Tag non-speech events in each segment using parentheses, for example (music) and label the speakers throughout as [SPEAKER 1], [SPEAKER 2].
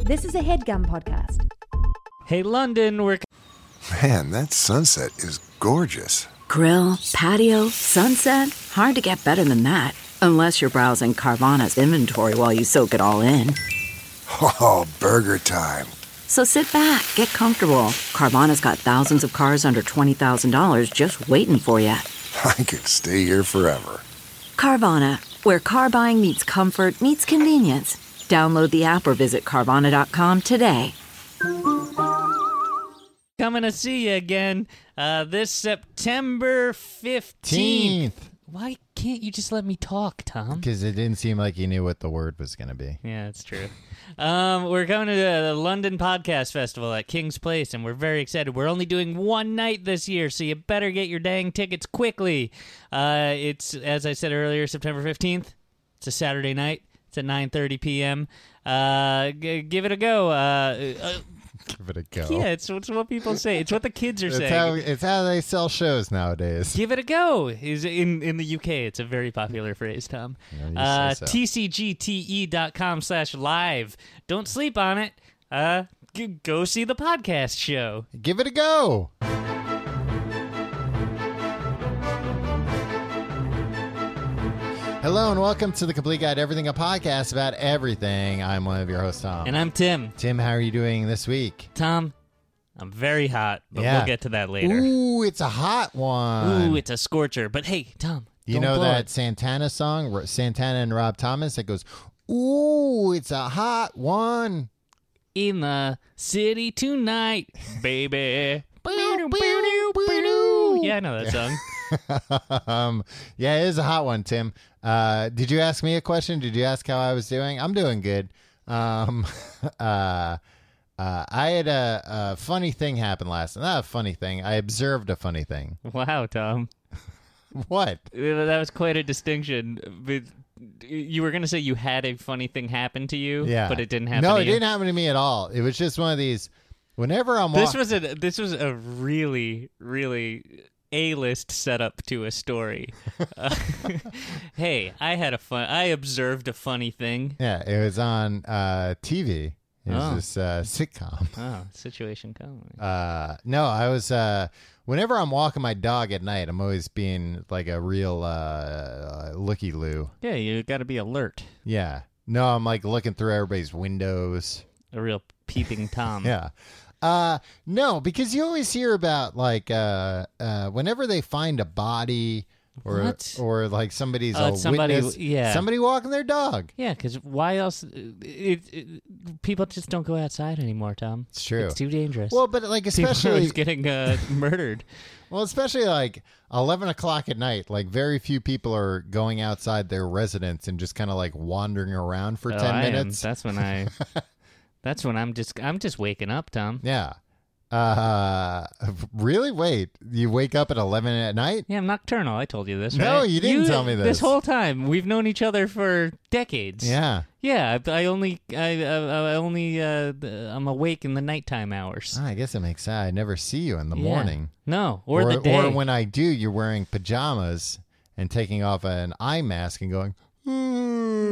[SPEAKER 1] This is a headgum podcast.
[SPEAKER 2] Hey, London, we're
[SPEAKER 3] Man, that sunset is gorgeous. (laughs)
[SPEAKER 4] Grill, patio, sunset. Hard to get better than that. Unless you're browsing Carvana's inventory while you soak it all in.
[SPEAKER 3] Oh, burger time.
[SPEAKER 4] So sit back, get comfortable. Carvana's got thousands of cars under $20,000 just waiting for you.
[SPEAKER 3] I could stay here forever.
[SPEAKER 4] Carvana, where car buying meets comfort, meets convenience. Download the app or visit Carvana.com today.
[SPEAKER 2] coming to see you again uh, this September 15th. Why can't you just let me talk, Tom?
[SPEAKER 5] Because it didn't seem like you knew what the word was going to be.
[SPEAKER 2] Yeah, that's true. Um, we're coming to the London Podcast Festival at King's Place, and we're very excited. We're only doing one night this year, so you better get your dang tickets quickly. Uh, it's as I said earlier, September fifteenth. It's a Saturday night. It's at nine thirty p.m. Uh, g- give it a go. Uh, uh,
[SPEAKER 5] Give it a go.
[SPEAKER 2] yeah, it's, it's what people say. It's what the kids are
[SPEAKER 5] it's
[SPEAKER 2] saying.
[SPEAKER 5] Oh. how it's how they sell shows nowadays.
[SPEAKER 2] Give it a go. Is in in the UK, it's a very popular phrase, Tom.
[SPEAKER 5] you
[SPEAKER 2] uh,
[SPEAKER 5] say so.
[SPEAKER 2] tcgte.com E slash live. Don't sleep on it. Uh, g- go see the podcast show.
[SPEAKER 5] Give it a go. Hello and welcome to the Complete Guide to Everything, a podcast about everything. I'm one of your hosts, Tom.
[SPEAKER 2] And I'm Tim.
[SPEAKER 5] Tim, how are you doing this week?
[SPEAKER 2] Tom, I'm very hot, but
[SPEAKER 5] Yeah.
[SPEAKER 2] we'll get to that later.
[SPEAKER 5] Ooh, it's a hot one.
[SPEAKER 2] Ooh, it's a scorcher. But hey, Tom,
[SPEAKER 5] You
[SPEAKER 2] don't
[SPEAKER 5] know
[SPEAKER 2] blow
[SPEAKER 5] that
[SPEAKER 2] it.
[SPEAKER 5] Santana song, R- Santana and Rob Thomas, that goes, Ooh, it's a hot one.
[SPEAKER 2] in the city tonight,
[SPEAKER 5] (laughs)
[SPEAKER 2] baby. yeah, I know that song.
[SPEAKER 5] (laughs) um, yeah, it is a hot one, Tim. Uh, did you ask me a question? Did you ask how I was doing? I'm doing good. Um, (laughs) uh, uh, I had a, a funny thing happen last Not a funny thing. I observed a funny thing. (laughs)
[SPEAKER 2] wow, Tom.
[SPEAKER 5] What?
[SPEAKER 2] Uh, That was quite a distinction. But You were going to say you had a funny thing happen to you,
[SPEAKER 5] Yeah.
[SPEAKER 2] but it didn't happen
[SPEAKER 5] No,
[SPEAKER 2] to
[SPEAKER 5] it
[SPEAKER 2] you.
[SPEAKER 5] didn't happen to me at all. It was just one of these. Whenever I'm
[SPEAKER 2] This
[SPEAKER 5] wa-
[SPEAKER 2] was a this was a really really a list setup to a
[SPEAKER 5] (laughs)
[SPEAKER 2] story. Uh, hey, I had a fun. I observed a funny thing.
[SPEAKER 5] Yeah, it was on uh, TV. It was
[SPEAKER 2] Oh.
[SPEAKER 5] this uh, sitcom.
[SPEAKER 2] Oh, situation comedy.
[SPEAKER 5] Uh, no, I was. Uh, whenever I'm walking my dog at night, I'm always being like a real uh, looky loo.
[SPEAKER 2] yeah, you got to be alert.
[SPEAKER 5] Yeah. No, I'm like looking through everybody's windows.
[SPEAKER 2] A real peeping tom.
[SPEAKER 5] (laughs) Yeah. Uh, no, because you always hear about like uh, uh, whenever they find a body or
[SPEAKER 2] What?
[SPEAKER 5] or like somebody's
[SPEAKER 2] Oh,
[SPEAKER 5] a
[SPEAKER 2] it's somebody-
[SPEAKER 5] witness,
[SPEAKER 2] yeah.
[SPEAKER 5] somebody walking their dog.
[SPEAKER 2] Yeah, because why else? uh, It, it, people just don't go outside anymore, Tom.
[SPEAKER 5] It's true.
[SPEAKER 2] It's too dangerous.
[SPEAKER 5] Well, but like
[SPEAKER 2] people are
[SPEAKER 5] especially
[SPEAKER 2] always getting uh, murdered.
[SPEAKER 5] Well, especially like eleven o'clock at night, like very few people are going outside their residence and just kind of like wandering around for
[SPEAKER 2] Oh,
[SPEAKER 5] ten
[SPEAKER 2] I am.
[SPEAKER 5] minutes.
[SPEAKER 2] That's when I.
[SPEAKER 5] (laughs)
[SPEAKER 2] that's when I'm just I'm just waking up, Tom.
[SPEAKER 5] Yeah. Uh, (laughs) really? Wait, you wake up at eleven at night?
[SPEAKER 2] Yeah, I'm nocturnal. I told you this.
[SPEAKER 5] No,
[SPEAKER 2] right?
[SPEAKER 5] you didn't tell me
[SPEAKER 2] This
[SPEAKER 5] this.
[SPEAKER 2] whole time, we've known each other for decades.
[SPEAKER 5] Yeah.
[SPEAKER 2] yeah. I, I only, I, I, I only, uh, I'm awake in the nighttime hours.
[SPEAKER 5] Ah, I guess it makes sense. I never see you in the
[SPEAKER 2] Yeah.
[SPEAKER 5] morning,
[SPEAKER 2] No, or, the day.
[SPEAKER 5] or when I do, you're wearing pajamas and taking off an eye mask and going. "Hmm."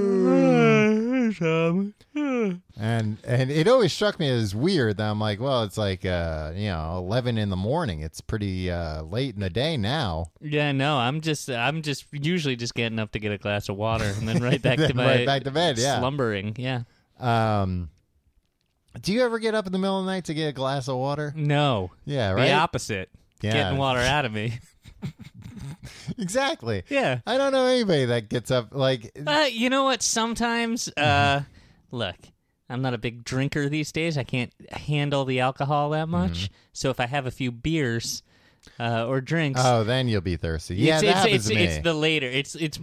[SPEAKER 5] And and it always struck me as weird that I'm like, well, it's like uh, you know, eleven in the morning. It's pretty uh, late in the day now.
[SPEAKER 2] yeah, no, I'm just, I'm just usually just getting up to get a glass of water and then
[SPEAKER 5] (laughs)
[SPEAKER 2] right back to
[SPEAKER 5] Then
[SPEAKER 2] my
[SPEAKER 5] right back to bed, yeah.
[SPEAKER 2] slumbering. Yeah,
[SPEAKER 5] Um, do you ever get up in the middle of the night to get a glass of water?
[SPEAKER 2] no,
[SPEAKER 5] Yeah, right.
[SPEAKER 2] the opposite.
[SPEAKER 5] Yeah.
[SPEAKER 2] Getting water out of
[SPEAKER 5] (laughs)
[SPEAKER 2] me.
[SPEAKER 5] Exactly.
[SPEAKER 2] Mm. Yeah.
[SPEAKER 5] I don't know anybody that gets up like.
[SPEAKER 2] Uh, you know what?
[SPEAKER 5] (laughs)
[SPEAKER 2] Sometimes, uh, look, I'm not a big drinker these days. I can't handle the alcohol that
[SPEAKER 5] Mm-hmm.
[SPEAKER 2] much. So if I have a few beers uh, or drinks,
[SPEAKER 5] Oh, then you'll be thirsty. Yeah,
[SPEAKER 2] it's,
[SPEAKER 5] that
[SPEAKER 2] it's,
[SPEAKER 5] happens
[SPEAKER 2] it's,
[SPEAKER 5] to me.
[SPEAKER 2] it's the later. It's it's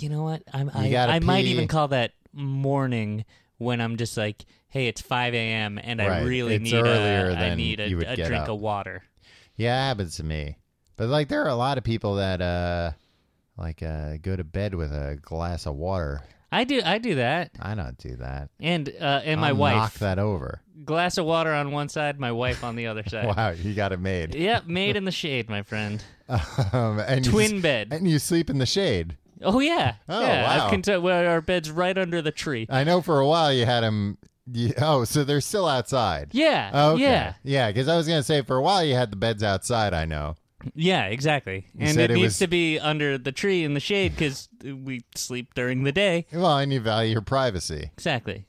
[SPEAKER 2] you know what? I'm, I
[SPEAKER 5] gotta
[SPEAKER 2] I might
[SPEAKER 5] pee.
[SPEAKER 2] even call that morning when I'm just like, hey, it's 5 a.m. and I
[SPEAKER 5] Right.
[SPEAKER 2] really
[SPEAKER 5] It's
[SPEAKER 2] need
[SPEAKER 5] earlier
[SPEAKER 2] a, I
[SPEAKER 5] than
[SPEAKER 2] need a,
[SPEAKER 5] you would
[SPEAKER 2] a
[SPEAKER 5] get
[SPEAKER 2] drink
[SPEAKER 5] up.
[SPEAKER 2] of water.
[SPEAKER 5] Yeah, it happens to me. But like, there are a lot of people that uh, like uh, go to bed with a glass of water.
[SPEAKER 2] I do I do that,
[SPEAKER 5] I don't do that.
[SPEAKER 2] and uh, and my
[SPEAKER 5] I'll knock
[SPEAKER 2] wife
[SPEAKER 5] that over.
[SPEAKER 2] glass of water on one side, my wife on the other side.
[SPEAKER 5] Wow, you got it made.
[SPEAKER 2] Yep, made in the shade, my friend.
[SPEAKER 5] (laughs) Um, and you
[SPEAKER 2] Twin
[SPEAKER 5] s-
[SPEAKER 2] bed.
[SPEAKER 5] and you sleep in the shade.
[SPEAKER 2] Oh yeah.
[SPEAKER 5] Oh,
[SPEAKER 2] yeah.
[SPEAKER 5] wow.
[SPEAKER 2] I can tell well, our bed's right under the tree.
[SPEAKER 5] I know for a while you had him Yeah, oh, so they're still outside.
[SPEAKER 2] Yeah.
[SPEAKER 5] Oh, Okay.
[SPEAKER 2] Yeah.
[SPEAKER 5] Yeah, because I was gonna say for a while you had the beds outside. I know.
[SPEAKER 2] Yeah, exactly. And
[SPEAKER 5] said
[SPEAKER 2] it,
[SPEAKER 5] it
[SPEAKER 2] needs
[SPEAKER 5] was-
[SPEAKER 2] to be under the tree in the shade because we sleep during the day.
[SPEAKER 5] Well, and you value your privacy.
[SPEAKER 2] Exactly.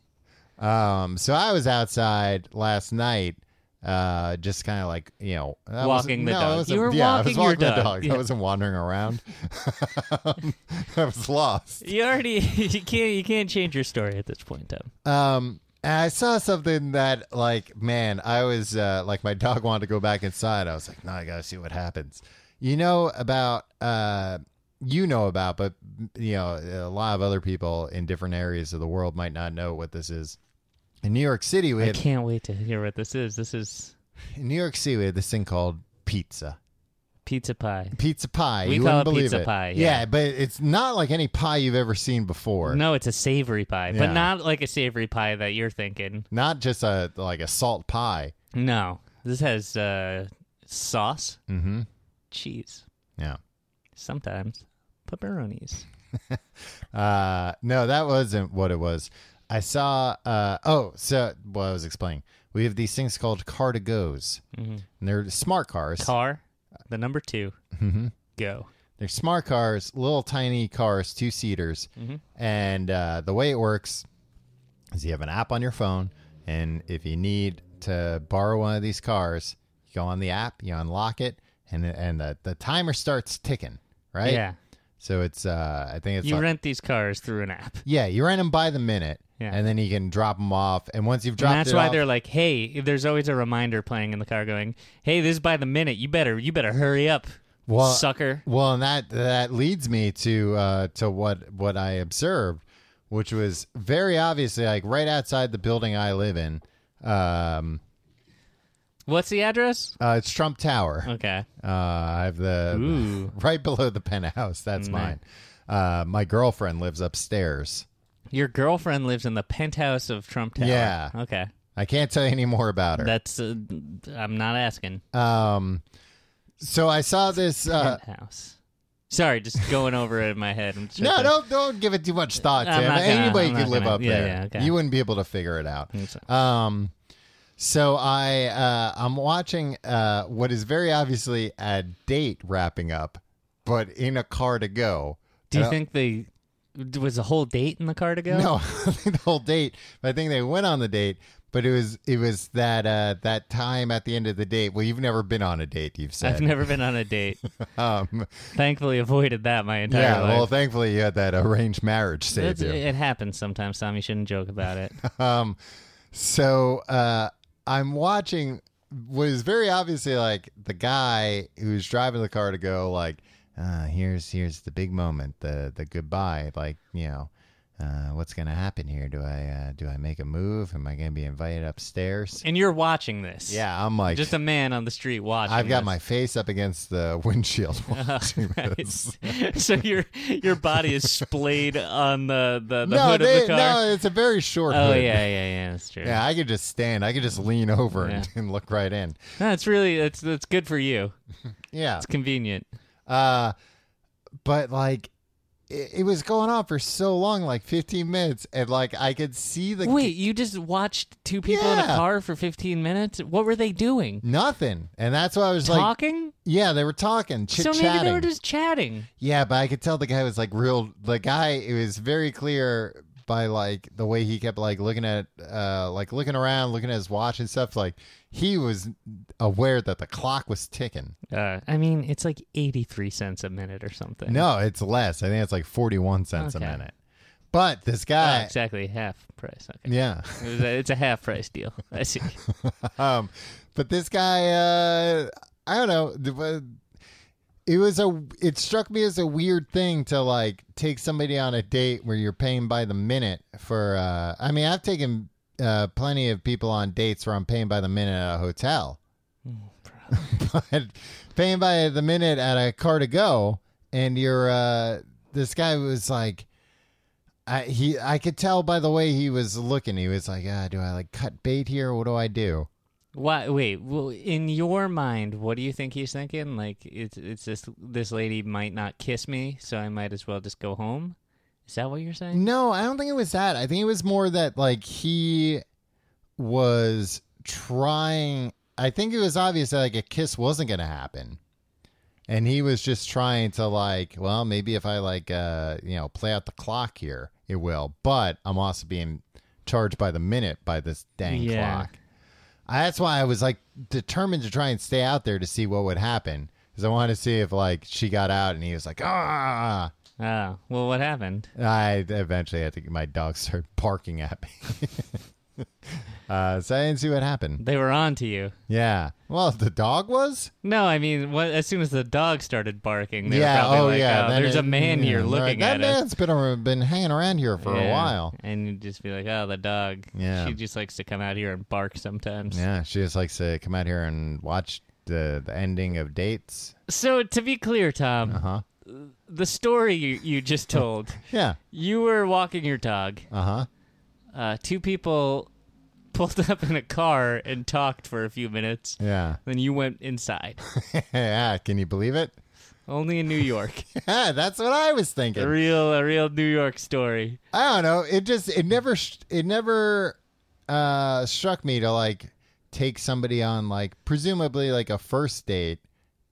[SPEAKER 5] Um, so I was outside last night, uh, just kind of like you know, I wasn't-
[SPEAKER 2] Walking the
[SPEAKER 5] no, I
[SPEAKER 2] dog.
[SPEAKER 5] wasn't-
[SPEAKER 2] You were
[SPEAKER 5] yeah, I was
[SPEAKER 2] walking your
[SPEAKER 5] walking the
[SPEAKER 2] dog.
[SPEAKER 5] dog.
[SPEAKER 2] Yeah.
[SPEAKER 5] I wasn't wandering around. (laughs) I was lost.
[SPEAKER 2] You already (laughs) you can't you can't change your story at this point, Tom.
[SPEAKER 5] Um, and I saw something that like, man, I was uh, like, my dog wanted to go back inside. I was like, no, I gotta see what happens. You know about uh, you know about, but you know, a lot of other people in different areas of the world might not know what this is. In New York City, we
[SPEAKER 2] I
[SPEAKER 5] had
[SPEAKER 2] can't wait to hear what this is. This is
[SPEAKER 5] in New York City we had this thing called pizza.
[SPEAKER 2] pizza pie.
[SPEAKER 5] Pizza pie.
[SPEAKER 2] We
[SPEAKER 5] you
[SPEAKER 2] call
[SPEAKER 5] wouldn't
[SPEAKER 2] it
[SPEAKER 5] believe
[SPEAKER 2] pizza
[SPEAKER 5] it.
[SPEAKER 2] pie, yeah.
[SPEAKER 5] but it's not like any pie you've ever seen before.
[SPEAKER 2] No, it's a savory pie, but
[SPEAKER 5] Yeah.
[SPEAKER 2] not like a savory pie that you're thinking.
[SPEAKER 5] Not just a like a salt pie.
[SPEAKER 2] No, this has uh, sauce,
[SPEAKER 5] Mm-hmm.
[SPEAKER 2] cheese,
[SPEAKER 5] Yeah.
[SPEAKER 2] sometimes pepperonis.
[SPEAKER 5] Uh, no, that wasn't what it was. I saw. Uh, oh, so well, I was explaining. We have these things called car to goes,
[SPEAKER 2] Mm-hmm.
[SPEAKER 5] and they're smart cars.
[SPEAKER 2] Car, the number 2
[SPEAKER 5] Mm-hmm.
[SPEAKER 2] Go.
[SPEAKER 5] They're smart cars, little tiny cars, two seaters.
[SPEAKER 2] Mm-hmm.
[SPEAKER 5] And uh, the way it works is you have an app on your phone, and if you need to borrow one of these cars, you go on the app, you unlock it, and and the, the timer starts ticking, right?
[SPEAKER 2] Yeah,
[SPEAKER 5] So it's uh, I think it's
[SPEAKER 2] you
[SPEAKER 5] like-
[SPEAKER 2] rent these cars through an app.
[SPEAKER 5] yeah, you rent them by the minute,
[SPEAKER 2] Yeah.
[SPEAKER 5] and then you can drop them off. And once you've dropped,
[SPEAKER 2] And that's
[SPEAKER 5] it
[SPEAKER 2] why
[SPEAKER 5] off-
[SPEAKER 2] they're like, "Hey, there's always a reminder playing in the car, going, hey, this is by the minute. You better, you better hurry up,
[SPEAKER 5] Well-
[SPEAKER 2] sucker.'"
[SPEAKER 5] Well, and that that leads me to uh, to what what I observed, which was very obviously like right outside the building I live in. Um,
[SPEAKER 2] What's the address?
[SPEAKER 5] uh, it's Trump Tower.
[SPEAKER 2] Okay.
[SPEAKER 5] Uh, I have the
[SPEAKER 2] Ooh.
[SPEAKER 5] (laughs) right below the penthouse. That's mine. Uh, my girlfriend lives upstairs.
[SPEAKER 2] Your girlfriend lives in the penthouse of Trump Tower.
[SPEAKER 5] Yeah.
[SPEAKER 2] Okay.
[SPEAKER 5] I can't tell you any more about her.
[SPEAKER 2] That's uh, I'm not asking.
[SPEAKER 5] um, so I saw this. Uh,
[SPEAKER 2] penthouse. Sorry, just going over it in my head. I'm just
[SPEAKER 5] no,
[SPEAKER 2] trying to-
[SPEAKER 5] don't don't give it too much thought,
[SPEAKER 2] I'm
[SPEAKER 5] Tim.
[SPEAKER 2] not gonna-
[SPEAKER 5] Anybody
[SPEAKER 2] I'm
[SPEAKER 5] could
[SPEAKER 2] not
[SPEAKER 5] live
[SPEAKER 2] gonna-
[SPEAKER 5] up
[SPEAKER 2] yeah,
[SPEAKER 5] there.
[SPEAKER 2] yeah, okay.
[SPEAKER 5] You wouldn't be able to figure it out.
[SPEAKER 2] think so.
[SPEAKER 5] Um, so I uh, I'm watching uh, what is very obviously a date wrapping up, but in a car to go. (laughs)
[SPEAKER 2] Do you
[SPEAKER 5] Uh,
[SPEAKER 2] think they was the whole date in the car to go?
[SPEAKER 5] No, (laughs) I think the whole date. But I think they went on the date. But it was it was that uh, that time at the end of the date. Well, you've never been on a date. You've said
[SPEAKER 2] I've never been on a date. (laughs)
[SPEAKER 5] Um,
[SPEAKER 2] Thankfully, avoided that my entire
[SPEAKER 5] yeah.
[SPEAKER 2] life.
[SPEAKER 5] Well, thankfully you had that arranged marriage saved
[SPEAKER 2] That's-
[SPEAKER 5] you.
[SPEAKER 2] it happens sometimes, Tom. You shouldn't joke about
[SPEAKER 5] (laughs)
[SPEAKER 2] it.
[SPEAKER 5] Um, so uh, I'm watching what is very obviously like the guy who's driving the car to go like, uh, here's here's the big moment, the the goodbye, like you know. Uh, what's gonna happen here? Do I uh, do I make a move? Am I gonna be invited upstairs?
[SPEAKER 2] and you're watching this.
[SPEAKER 5] Yeah, I'm like,
[SPEAKER 2] Just a man on the street watching.
[SPEAKER 5] I've
[SPEAKER 2] (laughs)
[SPEAKER 5] got
[SPEAKER 2] this.
[SPEAKER 5] my (laughs) face up against the (laughs) windshield.
[SPEAKER 2] (laughs)
[SPEAKER 5] (laughs) watching this.
[SPEAKER 2] so your your body is splayed on the the, the
[SPEAKER 5] No,
[SPEAKER 2] hood
[SPEAKER 5] they,
[SPEAKER 2] of the car.
[SPEAKER 5] no, it's a very short.
[SPEAKER 2] oh yeah,
[SPEAKER 5] hood.
[SPEAKER 2] yeah, yeah. That's true.
[SPEAKER 5] yeah. I could just stand. I could just lean over and, (laughs) and look right in.
[SPEAKER 2] That's really that's that's good for you.
[SPEAKER 5] Uh, Yeah,
[SPEAKER 2] It's convenient.
[SPEAKER 5] Uh, but like, it, it was going on for so long, like 15 minutes, and like I could see the
[SPEAKER 2] Wait, you just watched two people in a
[SPEAKER 5] Yeah.
[SPEAKER 2] car for 15 minutes? What were they doing?
[SPEAKER 5] nothing, and that's why I was like,
[SPEAKER 2] Talking?
[SPEAKER 5] yeah, they were talking, chit
[SPEAKER 2] so maybe they were
[SPEAKER 5] chatting,
[SPEAKER 2] just chatting.
[SPEAKER 5] yeah, but I could tell the guy was like real. The guy, it was very clear by like the way he kept like looking at, uh, like looking around, looking at his watch and stuff. Like he was aware that the clock was ticking.
[SPEAKER 2] Uh, I mean, it's like 83 cents a minute or something.
[SPEAKER 5] No, it's less. I think it's like 41 cents
[SPEAKER 2] Okay.
[SPEAKER 5] a minute. But this
[SPEAKER 2] Oh,
[SPEAKER 5] guy,
[SPEAKER 2] exactly half price. Okay.
[SPEAKER 5] Ah, yeah.
[SPEAKER 2] It was a- it's a half price deal. (laughs) I see.
[SPEAKER 5] (laughs) um, but this guy, uh, I don't know. th- uh, It was a. It struck me as a weird thing to like take somebody on a date where you're paying by the minute for. Uh, I mean, I've taken uh, plenty of people on dates where I'm paying by the minute at a hotel, (laughs) but paying by the minute at a car to go, and you're. Uh, this guy was like. I he I could tell by the way he was looking. He was like, ah, "Do I like cut bait here? What do I do?"
[SPEAKER 2] Why? Wait. Well, in your mind, what do you think he's thinking? Like, it's it's this this lady might not kiss me, so I might as well just go home. Is that what you're saying?
[SPEAKER 5] No, I don't think it was that. I think it was more that like he was trying. I think it was obvious that like a kiss wasn't going to happen, and he was just trying to like, well, maybe if I like, uh, you know, play out the clock here, it will. But I'm also being charged by the minute by this dang
[SPEAKER 2] Yeah.
[SPEAKER 5] clock. I, that's why I was like determined to try and stay out there to see what would happen because I wanted to see if like she got out and he was like, ah.
[SPEAKER 2] Oh, well, what happened?
[SPEAKER 5] I eventually had to get my dog started (laughs) barking at me. (laughs) uh, so I didn't see what happened.
[SPEAKER 2] They were on to you.
[SPEAKER 5] Yeah. Well, if the dog was.
[SPEAKER 2] No, I mean, what, as soon as the dog started barking, they
[SPEAKER 5] yeah.
[SPEAKER 2] were probably
[SPEAKER 5] oh,
[SPEAKER 2] like,
[SPEAKER 5] yeah.
[SPEAKER 2] oh,
[SPEAKER 5] then
[SPEAKER 2] there's
[SPEAKER 5] it-
[SPEAKER 2] a man
[SPEAKER 5] yeah,
[SPEAKER 2] here
[SPEAKER 5] they're
[SPEAKER 2] looking
[SPEAKER 5] like, that
[SPEAKER 2] at
[SPEAKER 5] That
[SPEAKER 2] us.
[SPEAKER 5] man's been, ar- been hanging around here for a
[SPEAKER 2] Yeah.
[SPEAKER 5] while.
[SPEAKER 2] And you'd just be like, oh, the dog.
[SPEAKER 5] Yeah.
[SPEAKER 2] She just likes to come out here and bark sometimes.
[SPEAKER 5] Yeah. She just likes to come out here and watch the, the ending of dates.
[SPEAKER 2] So, to be clear, Tom,
[SPEAKER 5] Uh-huh.
[SPEAKER 2] the story you, you just told, (laughs)
[SPEAKER 5] Yeah.
[SPEAKER 2] you were walking your dog.
[SPEAKER 5] Uh huh.
[SPEAKER 2] Uh, two people pulled up in a car and talked for a few minutes.
[SPEAKER 5] Yeah. (laughs)
[SPEAKER 2] Then you went inside.
[SPEAKER 5] yeah. Can you believe it? (laughs)
[SPEAKER 2] Only in New York.
[SPEAKER 5] Yeah. That's what I was
[SPEAKER 2] a
[SPEAKER 5] thinking.
[SPEAKER 2] real, a real New York story.
[SPEAKER 5] I don't know. It just it never sh- it never uh struck me to like take somebody on like presumably like a first date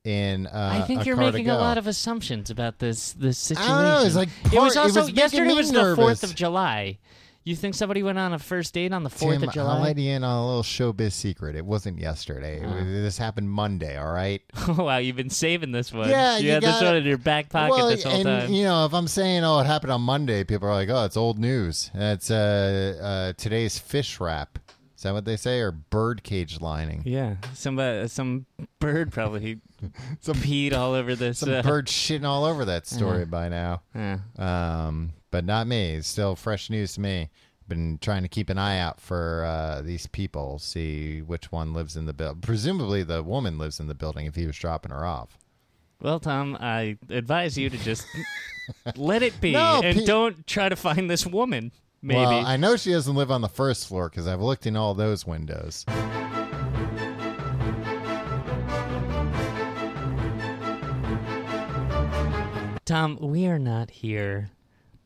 [SPEAKER 5] in uh
[SPEAKER 2] I think you're making a lot of assumptions about this this
[SPEAKER 5] don't
[SPEAKER 2] situation.
[SPEAKER 5] know, it's like
[SPEAKER 2] It was
[SPEAKER 5] part- it
[SPEAKER 2] also
[SPEAKER 5] was making
[SPEAKER 2] yesterday
[SPEAKER 5] me
[SPEAKER 2] was the
[SPEAKER 5] nervous.
[SPEAKER 2] Fourth of July. You think somebody went on a first date on the Fourth
[SPEAKER 5] Tim,
[SPEAKER 2] of
[SPEAKER 5] I'll
[SPEAKER 2] July?
[SPEAKER 5] let you in on a little showbiz secret. It wasn't yesterday. It
[SPEAKER 2] Uh-huh.
[SPEAKER 5] was- this happened Monday. All right.
[SPEAKER 2] Oh (laughs) wow, you've been saving this one.
[SPEAKER 5] Yeah,
[SPEAKER 2] you,
[SPEAKER 5] you
[SPEAKER 2] had this
[SPEAKER 5] gotta-
[SPEAKER 2] one in your back pocket
[SPEAKER 5] well,
[SPEAKER 2] this whole
[SPEAKER 5] and
[SPEAKER 2] time.
[SPEAKER 5] you know, if I'm saying, "Oh, it happened on Monday," people are like, "Oh, it's old news." That's uh, uh, today's fish wrap. Is that what they say, or bird cage lining?
[SPEAKER 2] yeah, somebody, some bird probably
[SPEAKER 5] (laughs) Some-
[SPEAKER 2] peed all over this.
[SPEAKER 5] Some
[SPEAKER 2] uh,
[SPEAKER 5] bird shitting all over that story by now.
[SPEAKER 2] yeah.
[SPEAKER 5] Um, but not me. It's still fresh news to me. Been trying to keep an eye out for uh, these people, see which one lives in the building. Presumably, the woman lives in the building if he was dropping her off.
[SPEAKER 2] Well, Tom, I advise you to just let it be
[SPEAKER 5] (laughs) No,
[SPEAKER 2] and
[SPEAKER 5] pe-
[SPEAKER 2] don't try to find this woman. Maybe.
[SPEAKER 5] Well, I know she doesn't live on the first floor because I've looked in all those windows.
[SPEAKER 2] Tom, we are not here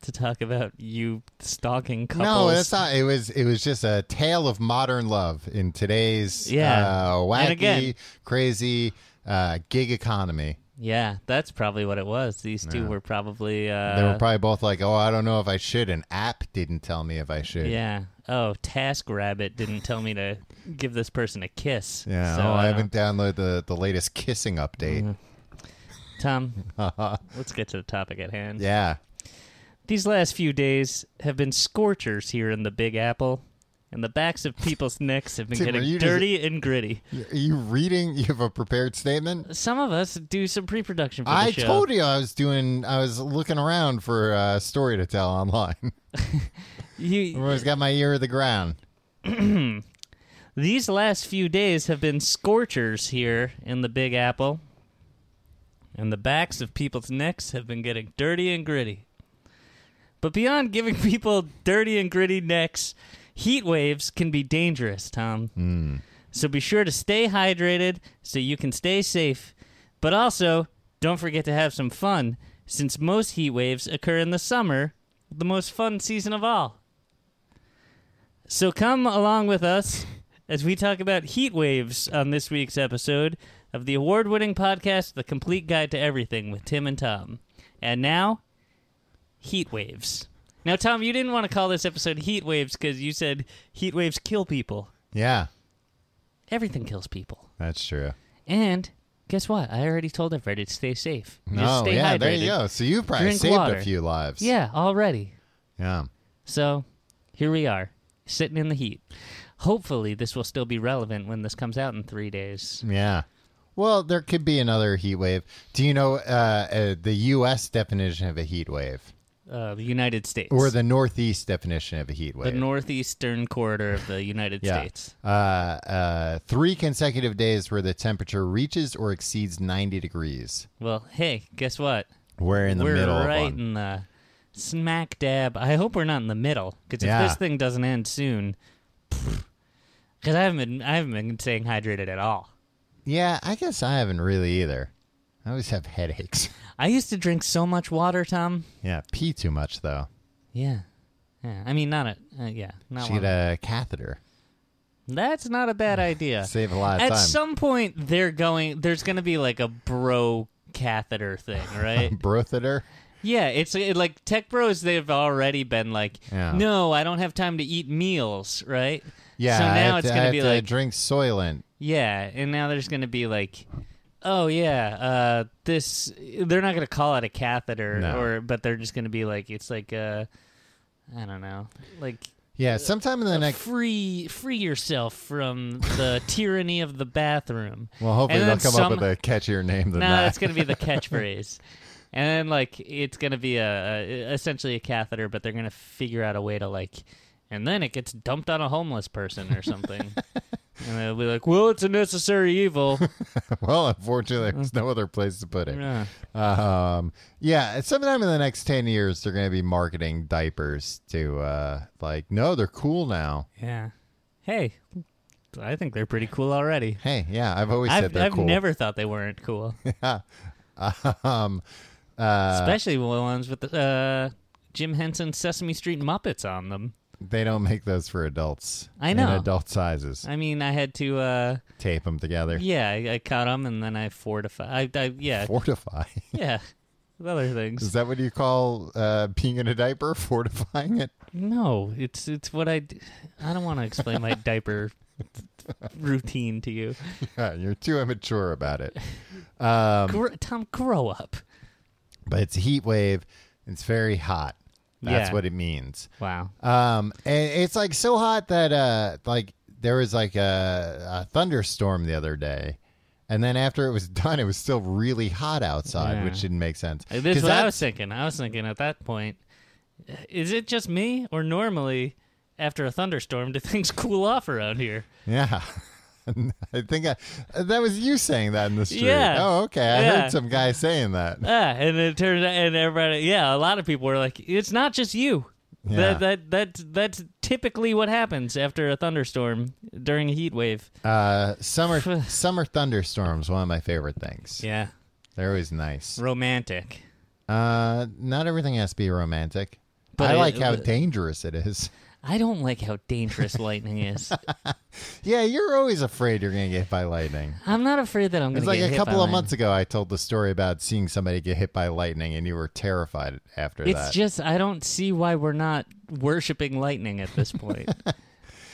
[SPEAKER 2] to talk about you stalking couples.
[SPEAKER 5] No, that's not. It was. It was just a tale of modern love in today's
[SPEAKER 2] Yeah.
[SPEAKER 5] uh, wacky,
[SPEAKER 2] And again-
[SPEAKER 5] crazy uh, gig economy.
[SPEAKER 2] Yeah, that's probably what it was. These two were probably. Uh,
[SPEAKER 5] they were probably both like, "Oh, I don't know if I should." An app didn't tell me if I should.
[SPEAKER 2] Yeah. Oh, Task Rabbit didn't tell me to give this person a kiss.
[SPEAKER 5] Yeah.
[SPEAKER 2] So,
[SPEAKER 5] oh, I
[SPEAKER 2] uh, Mm-hmm.
[SPEAKER 5] haven't downloaded the, the latest kissing update.
[SPEAKER 2] Tom,
[SPEAKER 5] (laughs)
[SPEAKER 2] let's get to the topic at hand.
[SPEAKER 5] Yeah.
[SPEAKER 2] These last few days have been scorchers here in the Big Apple, and the backs of people's necks have been
[SPEAKER 5] Tim, are
[SPEAKER 2] getting
[SPEAKER 5] you just-
[SPEAKER 2] dirty and gritty.
[SPEAKER 5] Are you reading? (laughs) You have a prepared statement?
[SPEAKER 2] Some of us do some pre-production for the
[SPEAKER 5] I
[SPEAKER 2] show.
[SPEAKER 5] told you I was doing, I was looking around for a story to tell online. (laughs)
[SPEAKER 2] you.
[SPEAKER 5] I've always got my ear to the ground.
[SPEAKER 2] These last few days have been scorchers here in the Big Apple, and the backs of people's necks have been getting dirty and gritty. But beyond giving (laughs) people dirty and gritty necks, heat waves can be dangerous, Tom. So be sure to stay hydrated so you can stay safe, but also don't forget to have some fun since most heat waves occur in the summer, the most fun season of all. So come along with us as we talk about heat waves on this week's episode of the award winning podcast, The Complete Guide to Everything with Tim and Tom. And now, heat waves. Now, Tom, you didn't want to call this episode heat waves because you said heat waves kill people.
[SPEAKER 5] Yeah,
[SPEAKER 2] Everything kills people.
[SPEAKER 5] that's true.
[SPEAKER 2] And guess what? I already told everybody to stay safe. Just
[SPEAKER 5] No,
[SPEAKER 2] stay
[SPEAKER 5] yeah,
[SPEAKER 2] hydrated.
[SPEAKER 5] there you go. So you probably
[SPEAKER 2] Drink
[SPEAKER 5] saved
[SPEAKER 2] water.
[SPEAKER 5] a few lives.
[SPEAKER 2] Yeah, already.
[SPEAKER 5] Yeah.
[SPEAKER 2] So here we are, sitting in the heat. Hopefully, this will still be relevant when this comes out in three days.
[SPEAKER 5] Yeah. Well, there could be another heat wave. Do you know uh, uh, the U.S. definition of a heat wave
[SPEAKER 2] Uh, the United States.
[SPEAKER 5] or the Northeast definition of a heat
[SPEAKER 2] The
[SPEAKER 5] wave?
[SPEAKER 2] northeastern corridor of the United
[SPEAKER 5] Yeah.
[SPEAKER 2] States.
[SPEAKER 5] Uh, uh, three consecutive days where the temperature reaches or exceeds 90 degrees.
[SPEAKER 2] Well, hey, guess what?
[SPEAKER 5] We're in the
[SPEAKER 2] we're
[SPEAKER 5] middle
[SPEAKER 2] right
[SPEAKER 5] of one.
[SPEAKER 2] in the smack dab. I hope we're not in the middle because if
[SPEAKER 5] Yeah.
[SPEAKER 2] this thing doesn't end soon, because I haven't been, I haven't been staying hydrated at all.
[SPEAKER 5] Yeah, I guess I haven't really either. I always have headaches.
[SPEAKER 2] I used to drink so much water, Tom.
[SPEAKER 5] (laughs) yeah, pee too much though.
[SPEAKER 2] Yeah, yeah. I mean, not a uh, yeah. Not
[SPEAKER 5] She
[SPEAKER 2] one-
[SPEAKER 5] had a catheter. (laughs)
[SPEAKER 2] That's not a bad idea.
[SPEAKER 5] Save a lot of
[SPEAKER 2] At
[SPEAKER 5] time.
[SPEAKER 2] some point, they're going. There's going to be like a bro catheter thing,
[SPEAKER 5] (laughs)
[SPEAKER 2] right?
[SPEAKER 5] Brotheter.
[SPEAKER 2] yeah, it's it, like tech bros. They've already been like,
[SPEAKER 5] Yeah.
[SPEAKER 2] no, I don't have time to eat meals, right?
[SPEAKER 5] Yeah.
[SPEAKER 2] So now
[SPEAKER 5] I have
[SPEAKER 2] it's
[SPEAKER 5] to- I
[SPEAKER 2] going
[SPEAKER 5] have
[SPEAKER 2] be
[SPEAKER 5] to
[SPEAKER 2] like,
[SPEAKER 5] drink Soylent.
[SPEAKER 2] yeah, and now there's going to be like, oh yeah, uh, this. They're not going to call it a catheter,
[SPEAKER 5] No.
[SPEAKER 2] or but they're just going to be like, it's like uh, I I don't know, like
[SPEAKER 5] Yeah. Sometime in the next.
[SPEAKER 2] free free yourself from
[SPEAKER 5] (laughs)
[SPEAKER 2] the tyranny of the bathroom.
[SPEAKER 5] Well, hopefully
[SPEAKER 2] And
[SPEAKER 5] they'll
[SPEAKER 2] then
[SPEAKER 5] come
[SPEAKER 2] some-
[SPEAKER 5] up with
[SPEAKER 2] (laughs)
[SPEAKER 5] a catchier name than
[SPEAKER 2] No,
[SPEAKER 5] that.
[SPEAKER 2] that's gonna be the catchphrase. and then like it's gonna be a, a essentially a catheter, but they're gonna figure out a way to like, and then it gets dumped on a homeless person or
[SPEAKER 5] (laughs)
[SPEAKER 2] something. And they'll be like, "Well, it's a necessary evil."
[SPEAKER 5] (laughs) well, unfortunately, there's no other place to put it.
[SPEAKER 2] Yeah.
[SPEAKER 5] Um, yeah, sometime in the next ten years, they're going to be marketing diapers to uh, like, no, they're cool now.
[SPEAKER 2] yeah. Hey, I think they're pretty cool already.
[SPEAKER 5] Hey, yeah, I've always said
[SPEAKER 2] I've,
[SPEAKER 5] they're
[SPEAKER 2] I've
[SPEAKER 5] cool.
[SPEAKER 2] never thought they weren't cool,
[SPEAKER 5] (laughs) um, uh,
[SPEAKER 2] especially the ones with the uh, Jim Henson Sesame Street Muppets on them.
[SPEAKER 5] they don't make those for adults.
[SPEAKER 2] I
[SPEAKER 5] in
[SPEAKER 2] know.
[SPEAKER 5] adult sizes.
[SPEAKER 2] I mean, I had to. uh
[SPEAKER 5] Tape them together.
[SPEAKER 2] Yeah, I, I cut them and then I fortified. I, I yeah,
[SPEAKER 5] Fortify. (laughs)
[SPEAKER 2] yeah, with other
[SPEAKER 5] Is
[SPEAKER 2] things.
[SPEAKER 5] that what you call uh, peeing in a diaper? (laughs) Fortifying it.
[SPEAKER 2] No, it's it's what I. d- I don't want to explain my diaper routine to you.
[SPEAKER 5] Yeah, you're too immature
[SPEAKER 2] (laughs)
[SPEAKER 5] about it. Um,
[SPEAKER 2] Gr- Tom, grow up.
[SPEAKER 5] but it's a heat wave. It's very hot. That's
[SPEAKER 2] Yeah.
[SPEAKER 5] what it means.
[SPEAKER 2] Wow.
[SPEAKER 5] Um, and it's like so hot that uh, like there was like a, a thunderstorm the other day, and then after it was (laughs) done, it was still really hot outside,
[SPEAKER 2] Yeah.
[SPEAKER 5] which didn't make sense.
[SPEAKER 2] Uh, This
[SPEAKER 5] 'Cause
[SPEAKER 2] is what I
[SPEAKER 5] that's-
[SPEAKER 2] was thinking. I was thinking at that point, is it just me or normally after a thunderstorm do things (laughs) cool off around here?
[SPEAKER 5] (laughs) Yeah. (laughs) I think I, that was you saying that in the street.
[SPEAKER 2] Yeah.
[SPEAKER 5] Oh, okay. I
[SPEAKER 2] Yeah.
[SPEAKER 5] heard some guy saying that.
[SPEAKER 2] Ah, and it turned out, and everybody, yeah, a lot of people were like, "It's not just you."
[SPEAKER 5] Yeah.
[SPEAKER 2] That that that that's typically what happens after a thunderstorm during a heat wave.
[SPEAKER 5] Uh, summer
[SPEAKER 2] (laughs)
[SPEAKER 5] summer thunderstorms, one of my favorite things.
[SPEAKER 2] Yeah,
[SPEAKER 5] They're always nice.
[SPEAKER 2] romantic.
[SPEAKER 5] Uh, not everything has to be romantic.
[SPEAKER 2] But
[SPEAKER 5] I
[SPEAKER 2] it-
[SPEAKER 5] like how
[SPEAKER 2] but-
[SPEAKER 5] dangerous it is. (laughs)
[SPEAKER 2] I don't like how dangerous lightning is.
[SPEAKER 5] Yeah, you're always afraid you're going to get hit by lightning.
[SPEAKER 2] I'm not afraid that I'm going
[SPEAKER 5] It's
[SPEAKER 2] to
[SPEAKER 5] like
[SPEAKER 2] get
[SPEAKER 5] a
[SPEAKER 2] hit
[SPEAKER 5] couple
[SPEAKER 2] by
[SPEAKER 5] of months
[SPEAKER 2] lightning.
[SPEAKER 5] ago, I told the story about seeing somebody get hit by lightning, and you were terrified after
[SPEAKER 2] It's
[SPEAKER 5] that.
[SPEAKER 2] just I don't see why we're not worshiping lightning at this
[SPEAKER 5] (laughs)
[SPEAKER 2] point.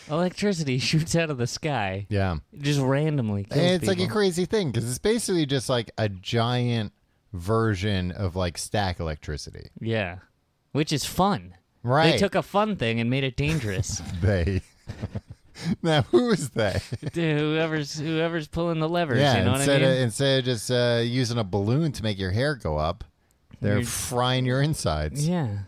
[SPEAKER 2] Electricity shoots out of the sky
[SPEAKER 5] yeah,
[SPEAKER 2] just randomly. Kills
[SPEAKER 5] And it's
[SPEAKER 2] people.
[SPEAKER 5] like a crazy thing because it's basically just like a giant version of like stack electricity,
[SPEAKER 2] yeah, which is fun.
[SPEAKER 5] right?
[SPEAKER 2] They took a fun thing and made it dangerous.
[SPEAKER 5] (laughs) they. (laughs) now who is they?
[SPEAKER 2] Dude, whoever's whoever's pulling the levers.
[SPEAKER 5] yeah,
[SPEAKER 2] you know what I
[SPEAKER 5] instead
[SPEAKER 2] mean.
[SPEAKER 5] of instead of just uh, using a balloon to make your hair go up, they're
[SPEAKER 2] You're-
[SPEAKER 5] frying your insides
[SPEAKER 2] yeah,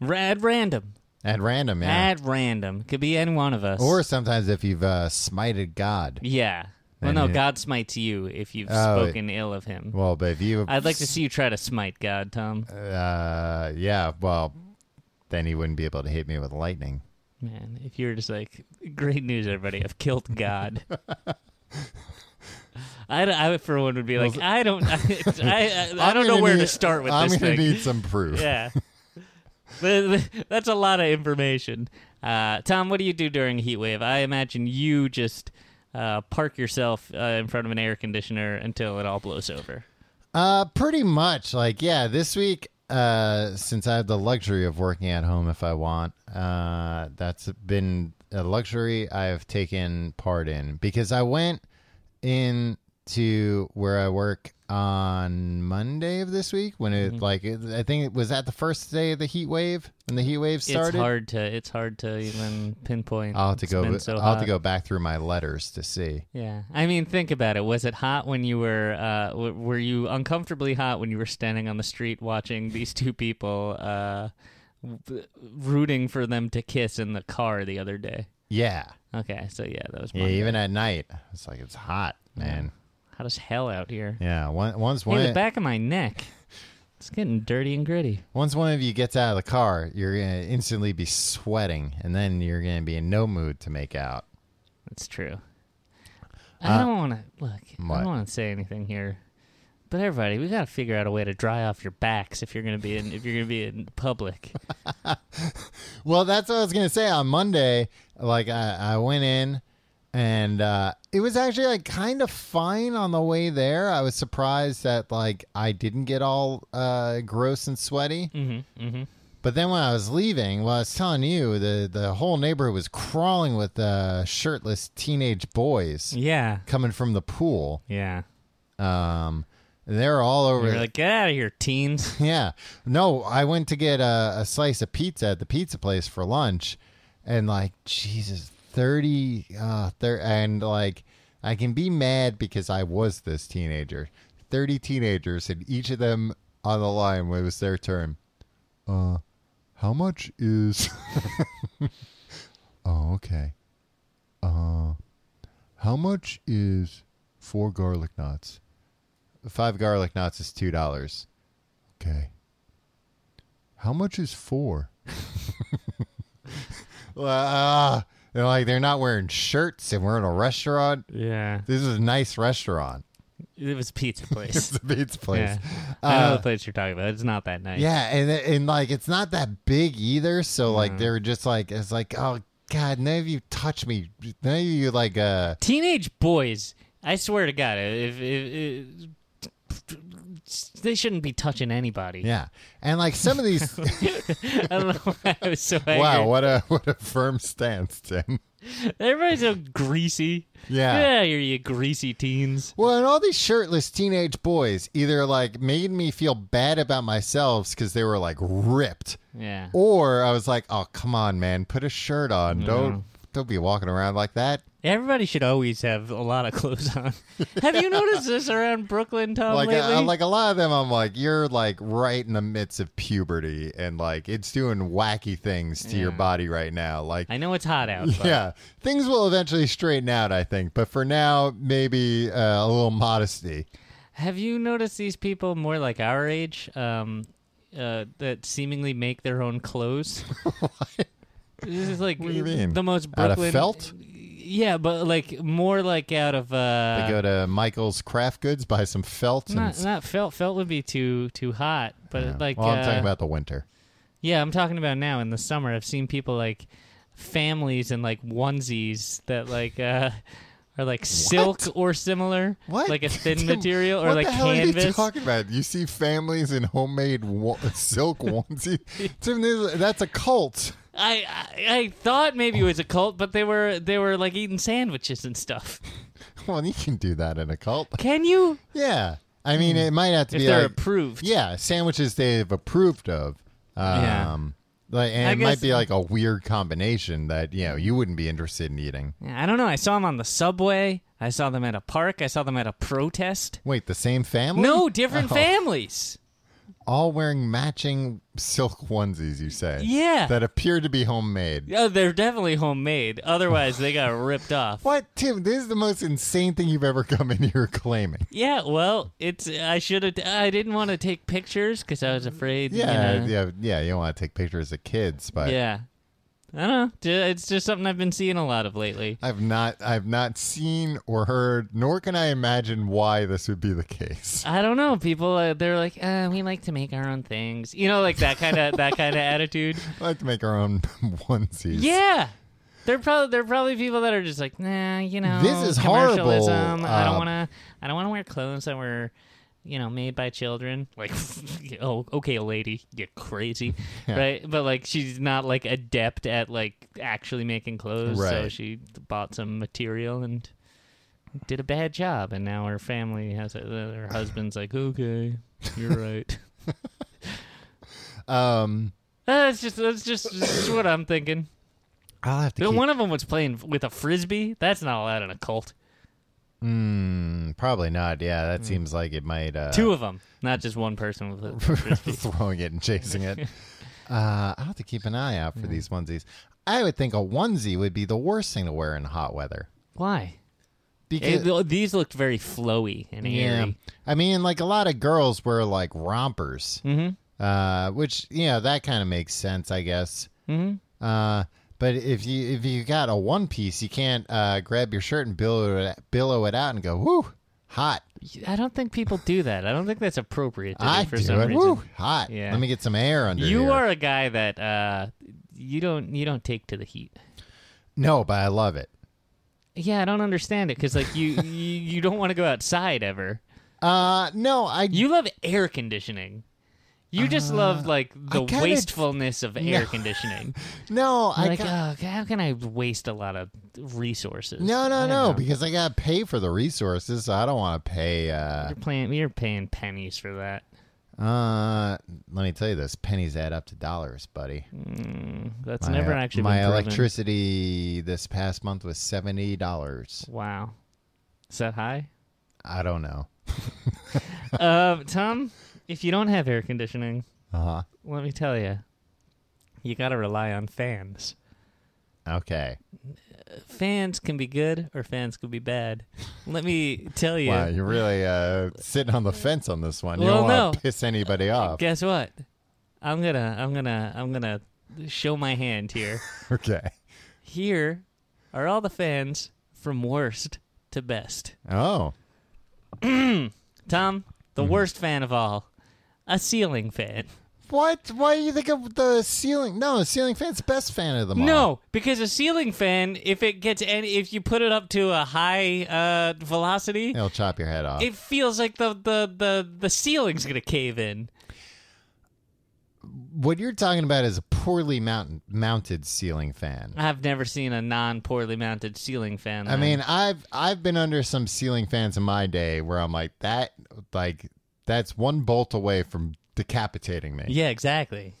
[SPEAKER 2] Ra- at random.
[SPEAKER 5] at random. Yeah,
[SPEAKER 2] At random could be any one of us.
[SPEAKER 5] or sometimes if you've uh, smited God.
[SPEAKER 2] yeah. Well,
[SPEAKER 5] And
[SPEAKER 2] no,
[SPEAKER 5] it-
[SPEAKER 2] God smites you if you've
[SPEAKER 5] Oh,
[SPEAKER 2] spoken ill of him.
[SPEAKER 5] Well, but if you,
[SPEAKER 2] I'd like to see you try to smite God, Tom.
[SPEAKER 5] Uh, yeah, well, then he wouldn't be able to hit me with lightning.
[SPEAKER 2] Man, if you were just like, great news, everybody, I've killed
[SPEAKER 5] (laughs)
[SPEAKER 2] God. I, don't- I, for one, would be like, I don't, (laughs) I, I, I
[SPEAKER 5] I'm
[SPEAKER 2] don't know
[SPEAKER 5] gonna
[SPEAKER 2] where to
[SPEAKER 5] need-
[SPEAKER 2] start with
[SPEAKER 5] I'm
[SPEAKER 2] this
[SPEAKER 5] gonna
[SPEAKER 2] thing.
[SPEAKER 5] need some proof.
[SPEAKER 2] yeah. The- the- That's a lot of information. Uh, Tom, what do you do during a heat wave? I imagine you just uh, park yourself uh, in front of an air conditioner until it all blows over.
[SPEAKER 5] Uh, pretty much. Like, yeah, this week, uh, since I have the luxury of working at home if I want, uh, that's been a luxury I have taken part in because I went in to where I work on Monday of this week when it
[SPEAKER 2] Mm-hmm.
[SPEAKER 5] like it, I think it was at the first day of the heat wave when the heat wave started. Uh,
[SPEAKER 2] It's hard to it's hard to even pinpoint.
[SPEAKER 5] I'll have to
[SPEAKER 2] It's
[SPEAKER 5] go.
[SPEAKER 2] been so
[SPEAKER 5] I'll
[SPEAKER 2] hot.
[SPEAKER 5] have to go back through my letters to see.
[SPEAKER 2] Yeah, I mean, think about it. Was it hot when you were? Uh, w- were you uncomfortably hot when you were standing on the street watching these two people uh, w- rooting for them to kiss in the car the other day?
[SPEAKER 5] Yeah,
[SPEAKER 2] Okay, so yeah, that was
[SPEAKER 5] yeah.
[SPEAKER 2] Monday.
[SPEAKER 5] Even at night, it's like it's hot, man.
[SPEAKER 2] hot as hell out here.
[SPEAKER 5] Yeah. One, once
[SPEAKER 2] Hey,
[SPEAKER 5] one
[SPEAKER 2] the back of my neck. It's getting dirty and gritty.
[SPEAKER 5] once one of you gets out of the car, you're gonna instantly be sweating, and then you're gonna be in no mood to make out.
[SPEAKER 2] That's true. I don't want to look. I
[SPEAKER 5] Uh, what?
[SPEAKER 2] don't want to say anything here, but everybody, we got to figure out a way to dry off your backs if you're gonna be in if you're gonna be in
[SPEAKER 5] (laughs)
[SPEAKER 2] public.
[SPEAKER 5] Well, that's what I was gonna say on Monday. Like I, I went in, and uh, it was actually like kind of fine on the way there. I was surprised that like I didn't get all uh, gross and sweaty.
[SPEAKER 2] Mm-hmm, mm-hmm.
[SPEAKER 5] But then when I was leaving, well, I was telling you the the whole neighborhood was crawling with uh, shirtless teenage boys
[SPEAKER 2] Yeah.
[SPEAKER 5] coming from the pool.
[SPEAKER 2] Yeah.
[SPEAKER 5] Um, and they were all over.
[SPEAKER 2] You're like, get out of here, teens.
[SPEAKER 5] (laughs) Yeah. No, I went to get a, a slice of pizza at the pizza place for lunch, and like Jesus, thirty, uh, thir- and like I can be mad because I was this teenager. Thirty teenagers, and each of them on the line when it was their turn. Uh, how much is? (laughs) oh, okay. Uh, how much is four garlic knots? Five garlic knots is two dollars. Okay. How much is four? (laughs) Well, uh, they're like they're not wearing shirts and we're in a restaurant.
[SPEAKER 2] Yeah.
[SPEAKER 5] This is a nice restaurant. (laughs)
[SPEAKER 2] It was pizza place.
[SPEAKER 5] It's a pizza place. Uh,
[SPEAKER 2] yeah. I know the place you're talking about. It's not that nice.
[SPEAKER 5] Yeah, and and like it's not that big either. So
[SPEAKER 2] Mm.
[SPEAKER 5] like they're just like it's like oh god, none of you touch me. None of you like uh
[SPEAKER 2] Teenage boys, I swear to God, if, if, if they shouldn't be touching anybody.
[SPEAKER 5] yeah, and like some of
[SPEAKER 2] (laughs)
[SPEAKER 5] these.
[SPEAKER 2] I don't know why I was so angry.
[SPEAKER 5] (laughs) wow, what a what a firm stance, Tim.
[SPEAKER 2] Everybody's so greasy.
[SPEAKER 5] Yeah.
[SPEAKER 2] Yeah, you you greasy teens.
[SPEAKER 5] Well, and all these shirtless teenage boys either like made me feel bad about myself because they were like ripped,
[SPEAKER 2] Yeah.
[SPEAKER 5] or I was like, "Oh, come on, man, put a shirt on. Don't don't be walking around like that."
[SPEAKER 2] Everybody should always have a lot of clothes
[SPEAKER 5] (laughs)
[SPEAKER 2] on. have you noticed this around Brooklyn, Tom,
[SPEAKER 5] like,
[SPEAKER 2] Um, lately?
[SPEAKER 5] I, like a lot of them, I'm like, "You're like right in the midst of puberty, and like it's doing wacky things to your body right now." Like, (laughs)
[SPEAKER 2] I know it's hot out. But
[SPEAKER 5] yeah, things will eventually straighten out, I think. But for now, maybe uh, a little modesty.
[SPEAKER 2] Have you noticed these people more like our age um, uh, that seemingly make their own
[SPEAKER 5] (laughs)
[SPEAKER 2] clothes? This is like
[SPEAKER 5] What do you mean?
[SPEAKER 2] the most
[SPEAKER 5] Out of
[SPEAKER 2] Brooklyn
[SPEAKER 5] felt?
[SPEAKER 2] Yeah, but like more like out of uh,
[SPEAKER 5] They go to Michael's Craft Goods, buy some felt. and
[SPEAKER 2] not not felt. Felt would be too too hot, but
[SPEAKER 5] Yeah.
[SPEAKER 2] like
[SPEAKER 5] well, I'm
[SPEAKER 2] uh,
[SPEAKER 5] talking about the winter.
[SPEAKER 2] Yeah, I'm talking about now in the summer. I've seen people like families in like onesies that like uh are like silk or similar,
[SPEAKER 5] (laughs)
[SPEAKER 2] like a thin
[SPEAKER 5] Tim,
[SPEAKER 2] material or
[SPEAKER 5] what
[SPEAKER 2] like
[SPEAKER 5] the hell Are you
[SPEAKER 2] canvas.
[SPEAKER 5] talking about you see families in homemade wo- (laughs)
[SPEAKER 2] (laughs)
[SPEAKER 5] silk onesie. Tim, this- that's a cult. (laughs)
[SPEAKER 2] I, I I thought maybe it was a cult, but they were they were like eating sandwiches and stuff.
[SPEAKER 5] Well, you can do that in a cult.
[SPEAKER 2] Can you
[SPEAKER 5] Yeah, I mean, it might have
[SPEAKER 2] Hmm.
[SPEAKER 5] to
[SPEAKER 2] if
[SPEAKER 5] be
[SPEAKER 2] they're
[SPEAKER 5] like,
[SPEAKER 2] approved?
[SPEAKER 5] yeah, sandwiches they've approved of.
[SPEAKER 2] Yeah.
[SPEAKER 5] Um, Like, and
[SPEAKER 2] I
[SPEAKER 5] it might
[SPEAKER 2] guess-
[SPEAKER 5] be like a weird combination that you know you wouldn't be interested in eating.
[SPEAKER 2] I don't know. I saw them on the subway. I saw them at a park. I saw them at a protest.
[SPEAKER 5] Wait, the same family?
[SPEAKER 2] No, different
[SPEAKER 5] Oh.
[SPEAKER 2] families.
[SPEAKER 5] All wearing matching silk onesies. You say?
[SPEAKER 2] Yeah.
[SPEAKER 5] That appear to be homemade.
[SPEAKER 2] Yeah, they're definitely homemade. Otherwise, they got ripped off.
[SPEAKER 5] What, Tim? This is the most insane thing you've ever come in here claiming.
[SPEAKER 2] Yeah, well, it's I should have. I didn't want to take pictures because I was afraid.
[SPEAKER 5] Yeah,
[SPEAKER 2] you know.
[SPEAKER 5] yeah, yeah. You don't want to take pictures of kids, but
[SPEAKER 2] yeah. I don't know. Ju- It's just something I've been seeing a lot of lately.
[SPEAKER 5] I've not, I've not seen or heard, nor can I imagine why this would be
[SPEAKER 2] (laughs)
[SPEAKER 5] the case.
[SPEAKER 2] I don't know. People, uh, they're like, uh, we like to make our own things. You know, like that kind of that kind of attitude.
[SPEAKER 5] I like to make our own (laughs) onesies.
[SPEAKER 2] Yeah. They're probably they're probably people that are just like, nah, you know,
[SPEAKER 5] This is horrible,
[SPEAKER 2] commercialism. I don't
[SPEAKER 5] uh,
[SPEAKER 2] want to. I don't want to wear clothes that were, you know, made by children. Like, (laughs) oh, okay, lady, you crazy, right? But like, she's not like adept at like actually making clothes, so
[SPEAKER 5] Right.
[SPEAKER 2] she bought some material and did a bad job, and now her family has it. Her husband's like, okay,
[SPEAKER 5] (laughs)
[SPEAKER 2] you're right.
[SPEAKER 5] Um,
[SPEAKER 2] Uh, That's just that's just, just what I'm thinking.
[SPEAKER 5] I'll have to
[SPEAKER 2] But
[SPEAKER 5] keep,
[SPEAKER 2] one of them was playing with a frisbee. That's not allowed in a cult.
[SPEAKER 5] Mm, probably not. Yeah,
[SPEAKER 2] Mm.
[SPEAKER 5] that seems like it might. Uh,
[SPEAKER 2] Two of them, not just one person with
[SPEAKER 5] (laughs)
[SPEAKER 2] a frisbee.
[SPEAKER 5] throwing it and
[SPEAKER 2] (laughs)
[SPEAKER 5] chasing it. Uh, I'll have to keep an eye out for these onesies. I would think a onesie would be the worst thing to wear in hot weather.
[SPEAKER 2] Why?
[SPEAKER 5] Because
[SPEAKER 2] It, th- these looked very flowy and airy.
[SPEAKER 5] I mean, like a lot of girls wear like rompers, mm-hmm. uh, which you know that kind of makes sense, I guess. Mm-hmm. Uh, but if you if you got a one piece, you can't uh, grab your shirt and billow it, billow it out and go woo hot.
[SPEAKER 2] I don't think people do that. I don't think that's appropriate to do
[SPEAKER 5] I
[SPEAKER 2] for
[SPEAKER 5] do
[SPEAKER 2] some
[SPEAKER 5] it
[SPEAKER 2] reason.
[SPEAKER 5] woo hot.
[SPEAKER 2] Yeah.
[SPEAKER 5] Let me get some air under
[SPEAKER 2] You
[SPEAKER 5] here.
[SPEAKER 2] are a guy that uh, you don't you don't take to the heat.
[SPEAKER 5] no, but I love it.
[SPEAKER 2] Yeah, I don't understand it because like you,
[SPEAKER 5] (laughs)
[SPEAKER 2] you you don't want to go outside ever.
[SPEAKER 5] Uh, no, I
[SPEAKER 2] You love air conditioning. You just love like the
[SPEAKER 5] Uh, kinda-
[SPEAKER 2] wastefulness of air conditioning.
[SPEAKER 5] no, I
[SPEAKER 2] like,
[SPEAKER 5] ca-
[SPEAKER 2] oh, how can I waste a lot of resources?
[SPEAKER 5] no,
[SPEAKER 2] I
[SPEAKER 5] no,
[SPEAKER 2] don't
[SPEAKER 5] no,
[SPEAKER 2] know.
[SPEAKER 5] because I gotta pay for the resources. So I don't want to pay. Uh,
[SPEAKER 2] You're paying, you're paying pennies for that.
[SPEAKER 5] uh, let me tell you this: pennies add up to dollars, buddy.
[SPEAKER 2] That's never actually
[SPEAKER 5] my
[SPEAKER 2] been proven.
[SPEAKER 5] electricity this past month was seventy dollars.
[SPEAKER 2] Wow, is that high? (laughs)
[SPEAKER 5] I don't know.
[SPEAKER 2] uh, Tom, if you don't have air conditioning,
[SPEAKER 5] Uh
[SPEAKER 2] let me tell you, you got to rely on fans.
[SPEAKER 5] huh. Okay.
[SPEAKER 2] Fans can be good or fans can be bad. Let me tell you.
[SPEAKER 5] Wow, you're really uh, sitting on the fence on this one. You
[SPEAKER 2] Well,
[SPEAKER 5] don't want
[SPEAKER 2] no.
[SPEAKER 5] to
[SPEAKER 2] (laughs)
[SPEAKER 5] piss anybody off.
[SPEAKER 2] Guess what? I'm gonna, I'm gonna, I'm gonna show my hand here.
[SPEAKER 5] Okay.
[SPEAKER 2] here are all the fans from worst to best.
[SPEAKER 5] Oh.
[SPEAKER 2] Tom, the
[SPEAKER 5] Mm-hmm.
[SPEAKER 2] worst fan of all, a ceiling fan.
[SPEAKER 5] What? Why do you think of the ceiling? No, the ceiling fan's best fan of them all.
[SPEAKER 2] No, because a ceiling fan, if it gets any, if you put it up to a high uh, velocity,
[SPEAKER 5] It'll chop your head off.
[SPEAKER 2] it feels like the, the the the ceiling's gonna cave in.
[SPEAKER 5] what you're talking about is a poorly mount- mounted ceiling fan.
[SPEAKER 2] I've never seen a non poorly mounted ceiling fan.
[SPEAKER 5] I
[SPEAKER 2] man.
[SPEAKER 5] mean, I've I've been under some ceiling fans in my day where I'm like that, like that's one bolt away from decapitating me.
[SPEAKER 2] yeah, exactly.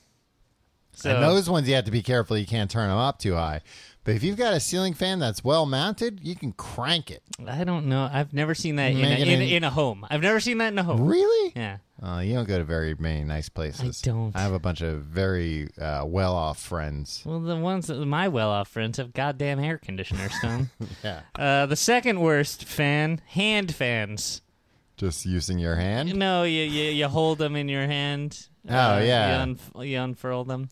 [SPEAKER 2] So
[SPEAKER 5] and those ones you have to be careful; you can't turn them up too high. But if you've got a ceiling fan that's well mounted, you can crank it.
[SPEAKER 2] I don't know. I've never seen that in a,
[SPEAKER 5] Make it
[SPEAKER 2] in,
[SPEAKER 5] in-
[SPEAKER 2] in a home. I've never seen that in a home.
[SPEAKER 5] Really?
[SPEAKER 2] Mm-hmm. Yeah.
[SPEAKER 5] Uh, you don't go to very many nice places.
[SPEAKER 2] don't.
[SPEAKER 5] I have a bunch of very uh, well-off
[SPEAKER 2] (laughs)
[SPEAKER 5] friends.
[SPEAKER 2] Well, the ones that my well-off friends have goddamn air conditioners,
[SPEAKER 5] (laughs)
[SPEAKER 2] Stone.
[SPEAKER 5] Yeah,
[SPEAKER 2] uh, the second worst fan, hand fans.
[SPEAKER 5] just using your hand.
[SPEAKER 2] No, you you, you hold them in your hand.
[SPEAKER 5] Oh,
[SPEAKER 2] Uh,
[SPEAKER 5] yeah.
[SPEAKER 2] you, unf- you unfurl them.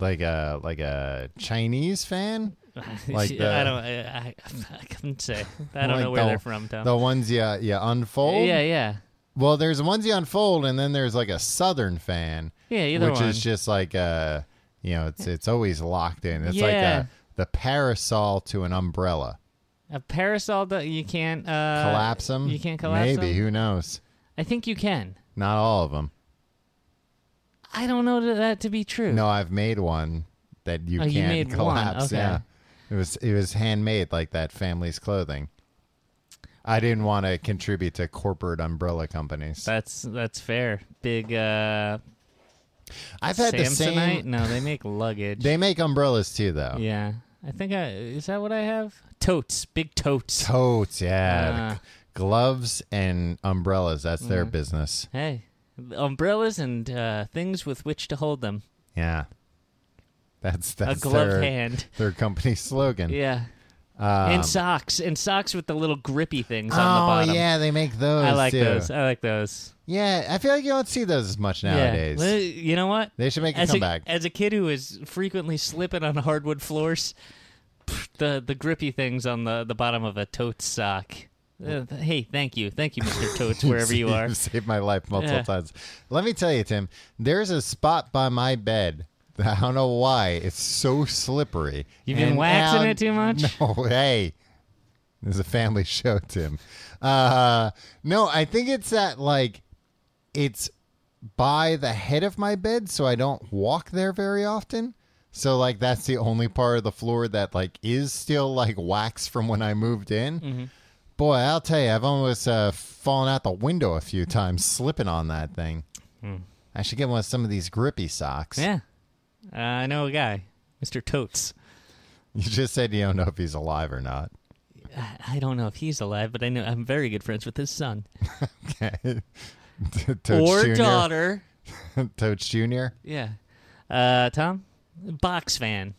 [SPEAKER 5] like a like a Chinese fan, Like
[SPEAKER 2] (laughs) I
[SPEAKER 5] the-
[SPEAKER 2] don't, I, I, I couldn't say. I don't
[SPEAKER 5] Like
[SPEAKER 2] know where
[SPEAKER 5] the-
[SPEAKER 2] they're from, Tom.
[SPEAKER 5] the ones you you unfold.
[SPEAKER 2] yeah, yeah,
[SPEAKER 5] Well, there's the ones you unfold, and then there's like a Southern fan,
[SPEAKER 2] yeah. Either
[SPEAKER 5] which
[SPEAKER 2] one.
[SPEAKER 5] is just like a you know it's it's always locked in. It's like
[SPEAKER 2] Yeah.
[SPEAKER 5] a, the parasol to an umbrella.
[SPEAKER 2] a parasol that you can't uh,
[SPEAKER 5] Collapse them.
[SPEAKER 2] You can't collapse
[SPEAKER 5] Maybe
[SPEAKER 2] 'em?
[SPEAKER 5] who knows?
[SPEAKER 2] I think you can.
[SPEAKER 5] Not all of them.
[SPEAKER 2] I don't know th- that to be true.
[SPEAKER 5] No, I've made one that you
[SPEAKER 2] Oh,
[SPEAKER 5] can't
[SPEAKER 2] you made one,
[SPEAKER 5] collapse.
[SPEAKER 2] okay.
[SPEAKER 5] Yeah, it was it was handmade like that family's clothing. I didn't want to contribute to corporate umbrella companies.
[SPEAKER 2] that's that's fair. Big uh,
[SPEAKER 5] I've had the
[SPEAKER 2] Samsonite?
[SPEAKER 5] same.
[SPEAKER 2] No, they make luggage.
[SPEAKER 5] They make umbrellas too, though.
[SPEAKER 2] yeah, I think I is that what I have? Totes, big totes.
[SPEAKER 5] Totes, yeah.
[SPEAKER 2] Ah.
[SPEAKER 5] G- Gloves and umbrellas, that's their
[SPEAKER 2] Mm-hmm.
[SPEAKER 5] business.
[SPEAKER 2] hey, umbrellas and uh, things with which to hold them.
[SPEAKER 5] Yeah. That's that's Hmm.
[SPEAKER 2] A glove
[SPEAKER 5] their,
[SPEAKER 2] hand.
[SPEAKER 5] their company (laughs) slogan.
[SPEAKER 2] Yeah, and socks and socks with the little grippy things
[SPEAKER 5] Um, Oh
[SPEAKER 2] on the bottom.
[SPEAKER 5] yeah, they make those.
[SPEAKER 2] I like
[SPEAKER 5] too.
[SPEAKER 2] those. I like those
[SPEAKER 5] Yeah, I feel like you don't see those as much nowadays.
[SPEAKER 2] Yeah. Well, You know what?
[SPEAKER 5] They should make a
[SPEAKER 2] As a,
[SPEAKER 5] comeback.
[SPEAKER 2] as a kid who is frequently slipping on hardwood floors, pff, the the grippy things on the, the bottom of a totes sock. Uh, th- hey, thank you, thank you, Mister Totes, wherever
[SPEAKER 5] (laughs)
[SPEAKER 2] you are.
[SPEAKER 5] You've saved my life multiple
[SPEAKER 2] Yeah.
[SPEAKER 5] times. Let me tell you, Tim, there's a spot by my bed. (laughs) that I don't know why it's so slippery.
[SPEAKER 2] You've been
[SPEAKER 5] And
[SPEAKER 2] waxing
[SPEAKER 5] Alan-
[SPEAKER 2] it too much?
[SPEAKER 5] (laughs) No, hey, this is a family (laughs) show, Tim. Uh, no, I think it's that like it's by the head of my bed, so I don't walk there very often. So like that's the only part of the floor that like is still like wax from when I moved in.
[SPEAKER 2] Mm-hmm.
[SPEAKER 5] Boy, I'll tell you, I've almost uh, fallen out the window a few times slipping on that thing. I should get one of some of these grippy socks.
[SPEAKER 2] Hmm. Yeah. Uh, I know a guy, Mr. Totes.
[SPEAKER 5] You just said you don't know if he's alive or not. (laughs)
[SPEAKER 2] I, I don't know if he's alive, but I know I'm very good friends with his son
[SPEAKER 5] Okay. Toach
[SPEAKER 2] or
[SPEAKER 5] Jr. (laughs)
[SPEAKER 2] daughter.
[SPEAKER 5] Toach Jr.
[SPEAKER 2] Yeah. Uh, Tom, box fan.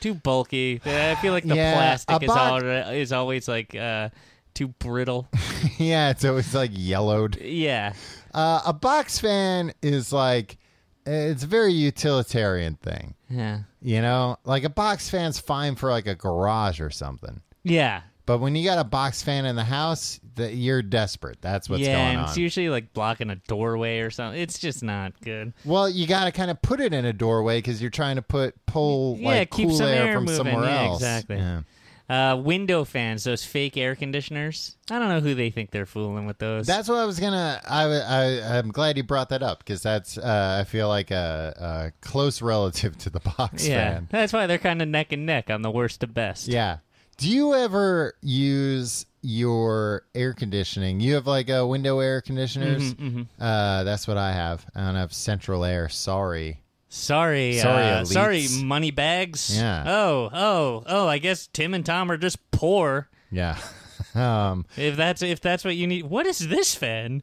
[SPEAKER 2] Too bulky. I feel like the
[SPEAKER 5] Yeah,
[SPEAKER 2] plastic
[SPEAKER 5] a
[SPEAKER 2] is
[SPEAKER 5] box-
[SPEAKER 2] al- is always like uh, too brittle.
[SPEAKER 5] (laughs)
[SPEAKER 2] (laughs)
[SPEAKER 5] yeah, it's always like yellowed.
[SPEAKER 2] yeah.
[SPEAKER 5] Uh, a box fan is like it's a very utilitarian thing.
[SPEAKER 2] Yeah.
[SPEAKER 5] You know, like a box fan's fine for like a garage or something.
[SPEAKER 2] Yeah.
[SPEAKER 5] But when you got a box fan in the house, that you're desperate. That's what's
[SPEAKER 2] yeah,
[SPEAKER 5] going
[SPEAKER 2] and
[SPEAKER 5] on.
[SPEAKER 2] it's usually like blocking a doorway or something. It's just not good.
[SPEAKER 5] Well, you got to kind of put it in a doorway because you're trying to put pull
[SPEAKER 2] Yeah,
[SPEAKER 5] like
[SPEAKER 2] keep
[SPEAKER 5] cool
[SPEAKER 2] some
[SPEAKER 5] air,
[SPEAKER 2] air
[SPEAKER 5] from
[SPEAKER 2] moving.
[SPEAKER 5] somewhere
[SPEAKER 2] Yeah,
[SPEAKER 5] else.
[SPEAKER 2] exactly.
[SPEAKER 5] Yeah.
[SPEAKER 2] Uh, window fans, those fake air conditioners. I don't know who they think they're fooling with those.
[SPEAKER 5] That's what I was gonna. I, wa- I I'm glad you brought that up because that's uh, I feel like a, a close relative to the box
[SPEAKER 2] yeah,
[SPEAKER 5] fan.
[SPEAKER 2] that's why they're kind of neck and neck on the worst to best.
[SPEAKER 5] Yeah. Do you ever use your air conditioning? You have like a window air conditioners.
[SPEAKER 2] Mm-hmm,
[SPEAKER 5] Uh, that's what I have. I don't have central air. Sorry.
[SPEAKER 2] Sorry,
[SPEAKER 5] Sorry,
[SPEAKER 2] uh,
[SPEAKER 5] elites.
[SPEAKER 2] sorry, money bags.
[SPEAKER 5] Yeah.
[SPEAKER 2] Oh, oh, oh. I guess Tim and Tom are just poor.
[SPEAKER 5] Yeah. (laughs) um,
[SPEAKER 2] If that's if that's what you need, what is this fan?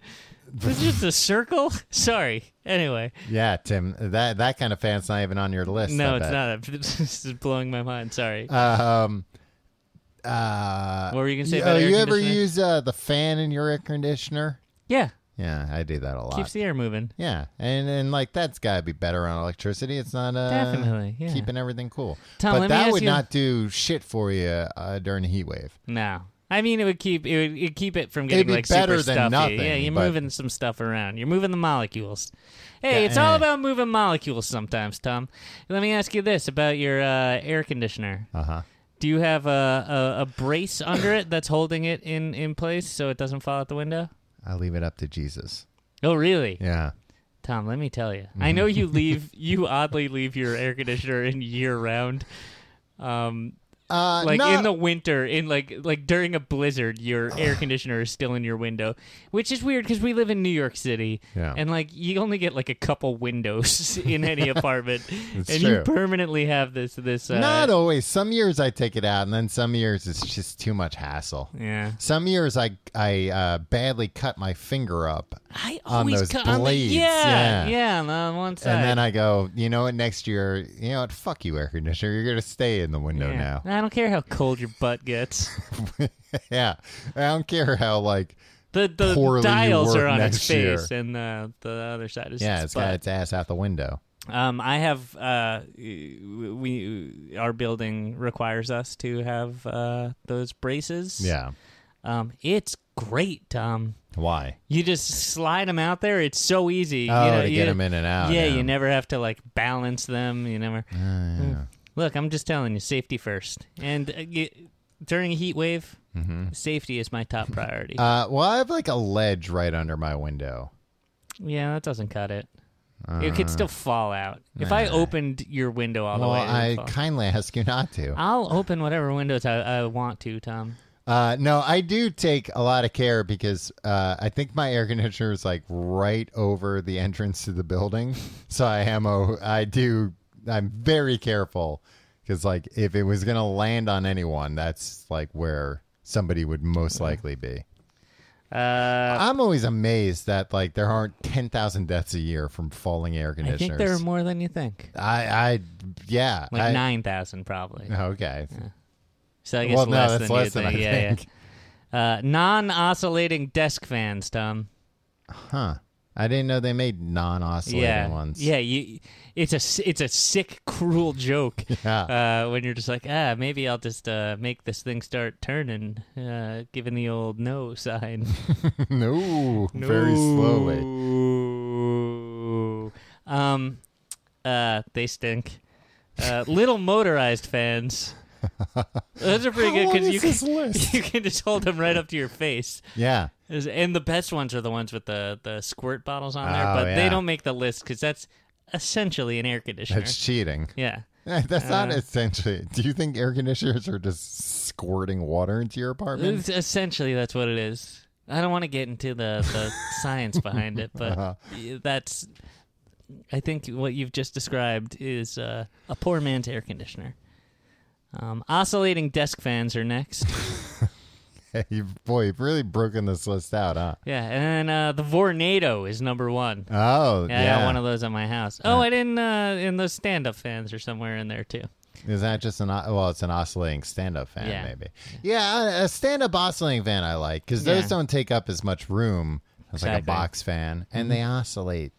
[SPEAKER 2] It's just a circle. (laughs) Sorry. Anyway,
[SPEAKER 5] yeah, Tim. That that kind of fan's not even on your list.
[SPEAKER 2] no,
[SPEAKER 5] I
[SPEAKER 2] it's
[SPEAKER 5] bet.
[SPEAKER 2] not. (laughs) This is blowing my mind. Sorry.
[SPEAKER 5] Um, uh,
[SPEAKER 2] what were you gonna say
[SPEAKER 5] you,
[SPEAKER 2] about air
[SPEAKER 5] you ever
[SPEAKER 2] conditioning?
[SPEAKER 5] use uh, the fan in your air conditioner?
[SPEAKER 2] yeah,
[SPEAKER 5] Yeah, I do that a lot.
[SPEAKER 2] keeps the air moving.
[SPEAKER 5] yeah, and and like that's got to be better on electricity. It's not uh,
[SPEAKER 2] Definitely, yeah.
[SPEAKER 5] keeping everything cool.
[SPEAKER 2] Tom,
[SPEAKER 5] but
[SPEAKER 2] let me
[SPEAKER 5] that
[SPEAKER 2] ask
[SPEAKER 5] would
[SPEAKER 2] you-
[SPEAKER 5] not do shit for you uh, during a heat wave.
[SPEAKER 2] No. I mean, it would keep it would it'd keep it from getting
[SPEAKER 5] be
[SPEAKER 2] like
[SPEAKER 5] better
[SPEAKER 2] super
[SPEAKER 5] than
[SPEAKER 2] stuffy.
[SPEAKER 5] nothing,
[SPEAKER 2] yeah, you're
[SPEAKER 5] but-
[SPEAKER 2] moving some stuff around. You're moving the molecules. Hey,
[SPEAKER 5] Yeah,
[SPEAKER 2] it's all
[SPEAKER 5] eh.
[SPEAKER 2] about moving molecules sometimes, Tom. Let me ask you this about your uh, air conditioner.
[SPEAKER 5] Uh huh.
[SPEAKER 2] Do you have a, a, a brace under it that's holding it in, in place so it doesn't fall out the window?
[SPEAKER 5] I leave it up to Jesus.
[SPEAKER 2] Oh, really?
[SPEAKER 5] Yeah. Mm-hmm.
[SPEAKER 2] Tom, let me tell you. I know
[SPEAKER 5] (laughs)
[SPEAKER 2] you leave you oddly leave your air conditioner in year round. Um,
[SPEAKER 5] Uh,
[SPEAKER 2] like
[SPEAKER 5] not-
[SPEAKER 2] in the winter in like like during a blizzard your
[SPEAKER 5] (sighs)
[SPEAKER 2] air conditioner is still in your window which is weird because we live in new york city
[SPEAKER 5] Yeah.
[SPEAKER 2] and like you only get like a couple windows (laughs) in any apartment and
[SPEAKER 5] (laughs) It's
[SPEAKER 2] you
[SPEAKER 5] true.
[SPEAKER 2] permanently have this this uh,
[SPEAKER 5] not always. Some years I take it out, and then some years it's just too much hassle.
[SPEAKER 2] yeah
[SPEAKER 5] Some years I I uh, badly cut my finger up,
[SPEAKER 2] i
[SPEAKER 5] On
[SPEAKER 2] always
[SPEAKER 5] those
[SPEAKER 2] cut
[SPEAKER 5] blades,
[SPEAKER 2] on the, yeah,
[SPEAKER 5] yeah.
[SPEAKER 2] yeah on the one side
[SPEAKER 5] and then I go, you know what? Next year, you know what? Fuck you, air conditioner. You're gonna stay in the window
[SPEAKER 2] yeah.
[SPEAKER 5] now. (laughs)
[SPEAKER 2] i don't care how cold your butt gets
[SPEAKER 5] yeah, I don't care how like
[SPEAKER 2] the the
[SPEAKER 5] Poorly you
[SPEAKER 2] dials
[SPEAKER 5] work
[SPEAKER 2] are on its
[SPEAKER 5] next year.
[SPEAKER 2] face and the, the other side is
[SPEAKER 5] yeah,
[SPEAKER 2] its
[SPEAKER 5] it's got
[SPEAKER 2] butt.
[SPEAKER 5] its ass out the window.
[SPEAKER 2] Um, I have uh, we our building requires us to have uh, those braces.
[SPEAKER 5] Yeah,
[SPEAKER 2] Um, it's great, Tom.
[SPEAKER 5] why?
[SPEAKER 2] You just slide them out there. It's so easy.
[SPEAKER 5] Oh,
[SPEAKER 2] you know,
[SPEAKER 5] to
[SPEAKER 2] you,
[SPEAKER 5] get them in and out. Oh,
[SPEAKER 2] yeah, you never have to like balance them. You never. Mm. Look, I'm just telling you, safety first. And uh, you, during a heat wave, safety is my top priority.
[SPEAKER 5] Mm-hmm. Uh, well, I have like a ledge right under my window.
[SPEAKER 2] yeah, that doesn't cut it. it could still fall out. If I opened your window all
[SPEAKER 5] uh, Well,
[SPEAKER 2] the way, it would
[SPEAKER 5] I
[SPEAKER 2] fall.
[SPEAKER 5] kindly (laughs) ask you not to.
[SPEAKER 2] I'll open whatever windows I, I want to, Tom.
[SPEAKER 5] Uh, no, I do take a lot of care because uh, I think my air conditioner is like right over the entrance to the building, (laughs) so I am. Oh, I do. I'm very careful because like if it was gonna land on anyone, that's like where somebody would most likely be.
[SPEAKER 2] Uh,
[SPEAKER 5] I'm always amazed that like there aren't ten thousand deaths a year from falling air
[SPEAKER 2] I
[SPEAKER 5] conditioners.
[SPEAKER 2] think there are more than you think.
[SPEAKER 5] I, I yeah.
[SPEAKER 2] Like
[SPEAKER 5] I-
[SPEAKER 2] nine thousand, probably.
[SPEAKER 5] Okay.
[SPEAKER 2] So I guess
[SPEAKER 5] well, no,
[SPEAKER 2] less
[SPEAKER 5] that's
[SPEAKER 2] than you
[SPEAKER 5] less than
[SPEAKER 2] think.
[SPEAKER 5] I
[SPEAKER 2] yeah, yeah.
[SPEAKER 5] think.
[SPEAKER 2] Uh, non-oscillating desk fans, Tom.
[SPEAKER 5] Huh. I didn't know they made non-oscillating
[SPEAKER 2] yeah,
[SPEAKER 5] ones.
[SPEAKER 2] yeah. You, it's a s- it's a sick, cruel joke.
[SPEAKER 5] (laughs) Yeah.
[SPEAKER 2] Uh, when you're just like, ah, maybe I'll just uh, make this thing start turning, uh, giving the old no (laughs) sign. Uh,
[SPEAKER 5] (laughs) no, very slowly.
[SPEAKER 2] slowly. Um, uh, they stink. Uh, little motorized fans. Those are pretty
[SPEAKER 5] How
[SPEAKER 2] good
[SPEAKER 5] long
[SPEAKER 2] because
[SPEAKER 5] is
[SPEAKER 2] you (laughs)
[SPEAKER 5] this
[SPEAKER 2] can
[SPEAKER 5] list?
[SPEAKER 2] you can just hold them right up to your face. (laughs)
[SPEAKER 5] Yeah.
[SPEAKER 2] Is- And the best ones are the ones with the the squirt bottles on there,
[SPEAKER 5] Oh,
[SPEAKER 2] but they
[SPEAKER 5] yeah.
[SPEAKER 2] don't make the list because that's essentially an air conditioner.
[SPEAKER 5] That's cheating. (laughs)
[SPEAKER 2] yeah.
[SPEAKER 5] That's
[SPEAKER 2] Uh.
[SPEAKER 5] not essentially. Do you think air conditioners are just squirting water into your
[SPEAKER 2] (laughs)
[SPEAKER 5] apartment?
[SPEAKER 2] It's essentially, that's what it is. I don't want to get into the,
[SPEAKER 5] (laughs)
[SPEAKER 2] the science behind it, but
[SPEAKER 5] Uh-huh.
[SPEAKER 2] that's. I think what you've just described is uh, a poor man's air conditioner. Um, oscillating desk fans are
[SPEAKER 5] (laughs)
[SPEAKER 2] next.
[SPEAKER 5] you've, boy, you've really broken this list out, huh?
[SPEAKER 2] yeah, and uh, the Vornado is number one.
[SPEAKER 5] Oh,
[SPEAKER 2] Yeah,
[SPEAKER 5] yeah.
[SPEAKER 2] I got one of those at my house. Oh, I didn't. Uh, and those stand up fans are somewhere in there too.
[SPEAKER 5] Is that just an o- well? It's an oscillating stand-up fan,
[SPEAKER 2] Yeah.
[SPEAKER 5] maybe. Yeah, a- a stand-up oscillating fan I like because
[SPEAKER 2] Yeah.
[SPEAKER 5] those don't take up as much room as like a
[SPEAKER 2] Exactly. Mm-hmm.
[SPEAKER 5] box fan, and they oscillate.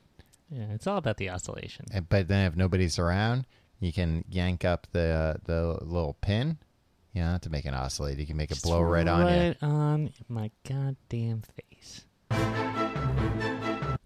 [SPEAKER 2] Yeah, it's all about the oscillation.
[SPEAKER 5] And- But then if nobody's around, you can yank up the the little pin. You don't have to make an oscillate. You can make it blow right, on you.
[SPEAKER 2] Right on my goddamn face.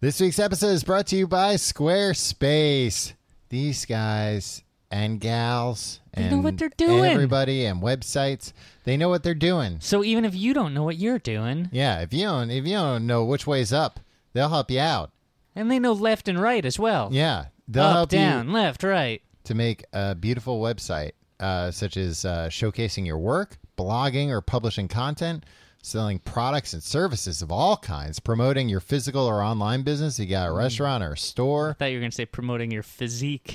[SPEAKER 5] This week's episode is brought to you by Squarespace. These guys and gals
[SPEAKER 2] They
[SPEAKER 5] and
[SPEAKER 2] know what they're doing.
[SPEAKER 5] everybody and websites. They know what they're doing.
[SPEAKER 2] So even if you don't know what you're doing,
[SPEAKER 5] Yeah, if you don't if you don't know which way's up, they'll help you out.
[SPEAKER 2] and they know left and right as well.
[SPEAKER 5] Yeah, they'll
[SPEAKER 2] Up,
[SPEAKER 5] help
[SPEAKER 2] down,
[SPEAKER 5] you
[SPEAKER 2] left, right.
[SPEAKER 5] to make a beautiful website, uh, such as uh, showcasing your work, blogging or publishing content, selling products and services of all kinds, promoting your physical or online business. You
[SPEAKER 2] Mm.
[SPEAKER 5] got a restaurant or a store.
[SPEAKER 2] I thought you were going to say promoting your physique.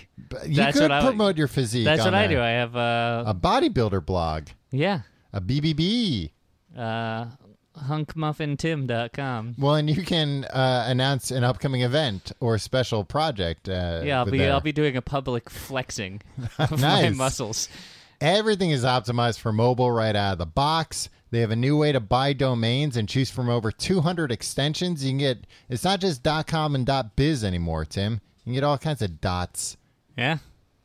[SPEAKER 5] You
[SPEAKER 2] That's
[SPEAKER 5] could
[SPEAKER 2] what I-
[SPEAKER 5] promote your physique.
[SPEAKER 2] That's
[SPEAKER 5] on
[SPEAKER 2] what I
[SPEAKER 5] there.
[SPEAKER 2] do. I have, uh,
[SPEAKER 5] A bodybuilder blog,
[SPEAKER 2] yeah,
[SPEAKER 5] a BBB.
[SPEAKER 2] uh, hunkmuffintim.com.
[SPEAKER 5] Well, and you can uh, announce an upcoming event or special project. Uh,
[SPEAKER 2] Yeah, I'll
[SPEAKER 5] with
[SPEAKER 2] be
[SPEAKER 5] there.
[SPEAKER 2] I'll be doing a public flexing (laughs) of my
[SPEAKER 5] Nice.
[SPEAKER 2] muscles.
[SPEAKER 5] Everything is optimized for mobile right out of the box. They have a new way to buy domains and choose from over 200 extensions. You can get it's not just .com and .biz anymore, Tim. You can get all kinds of dots.
[SPEAKER 2] Yeah.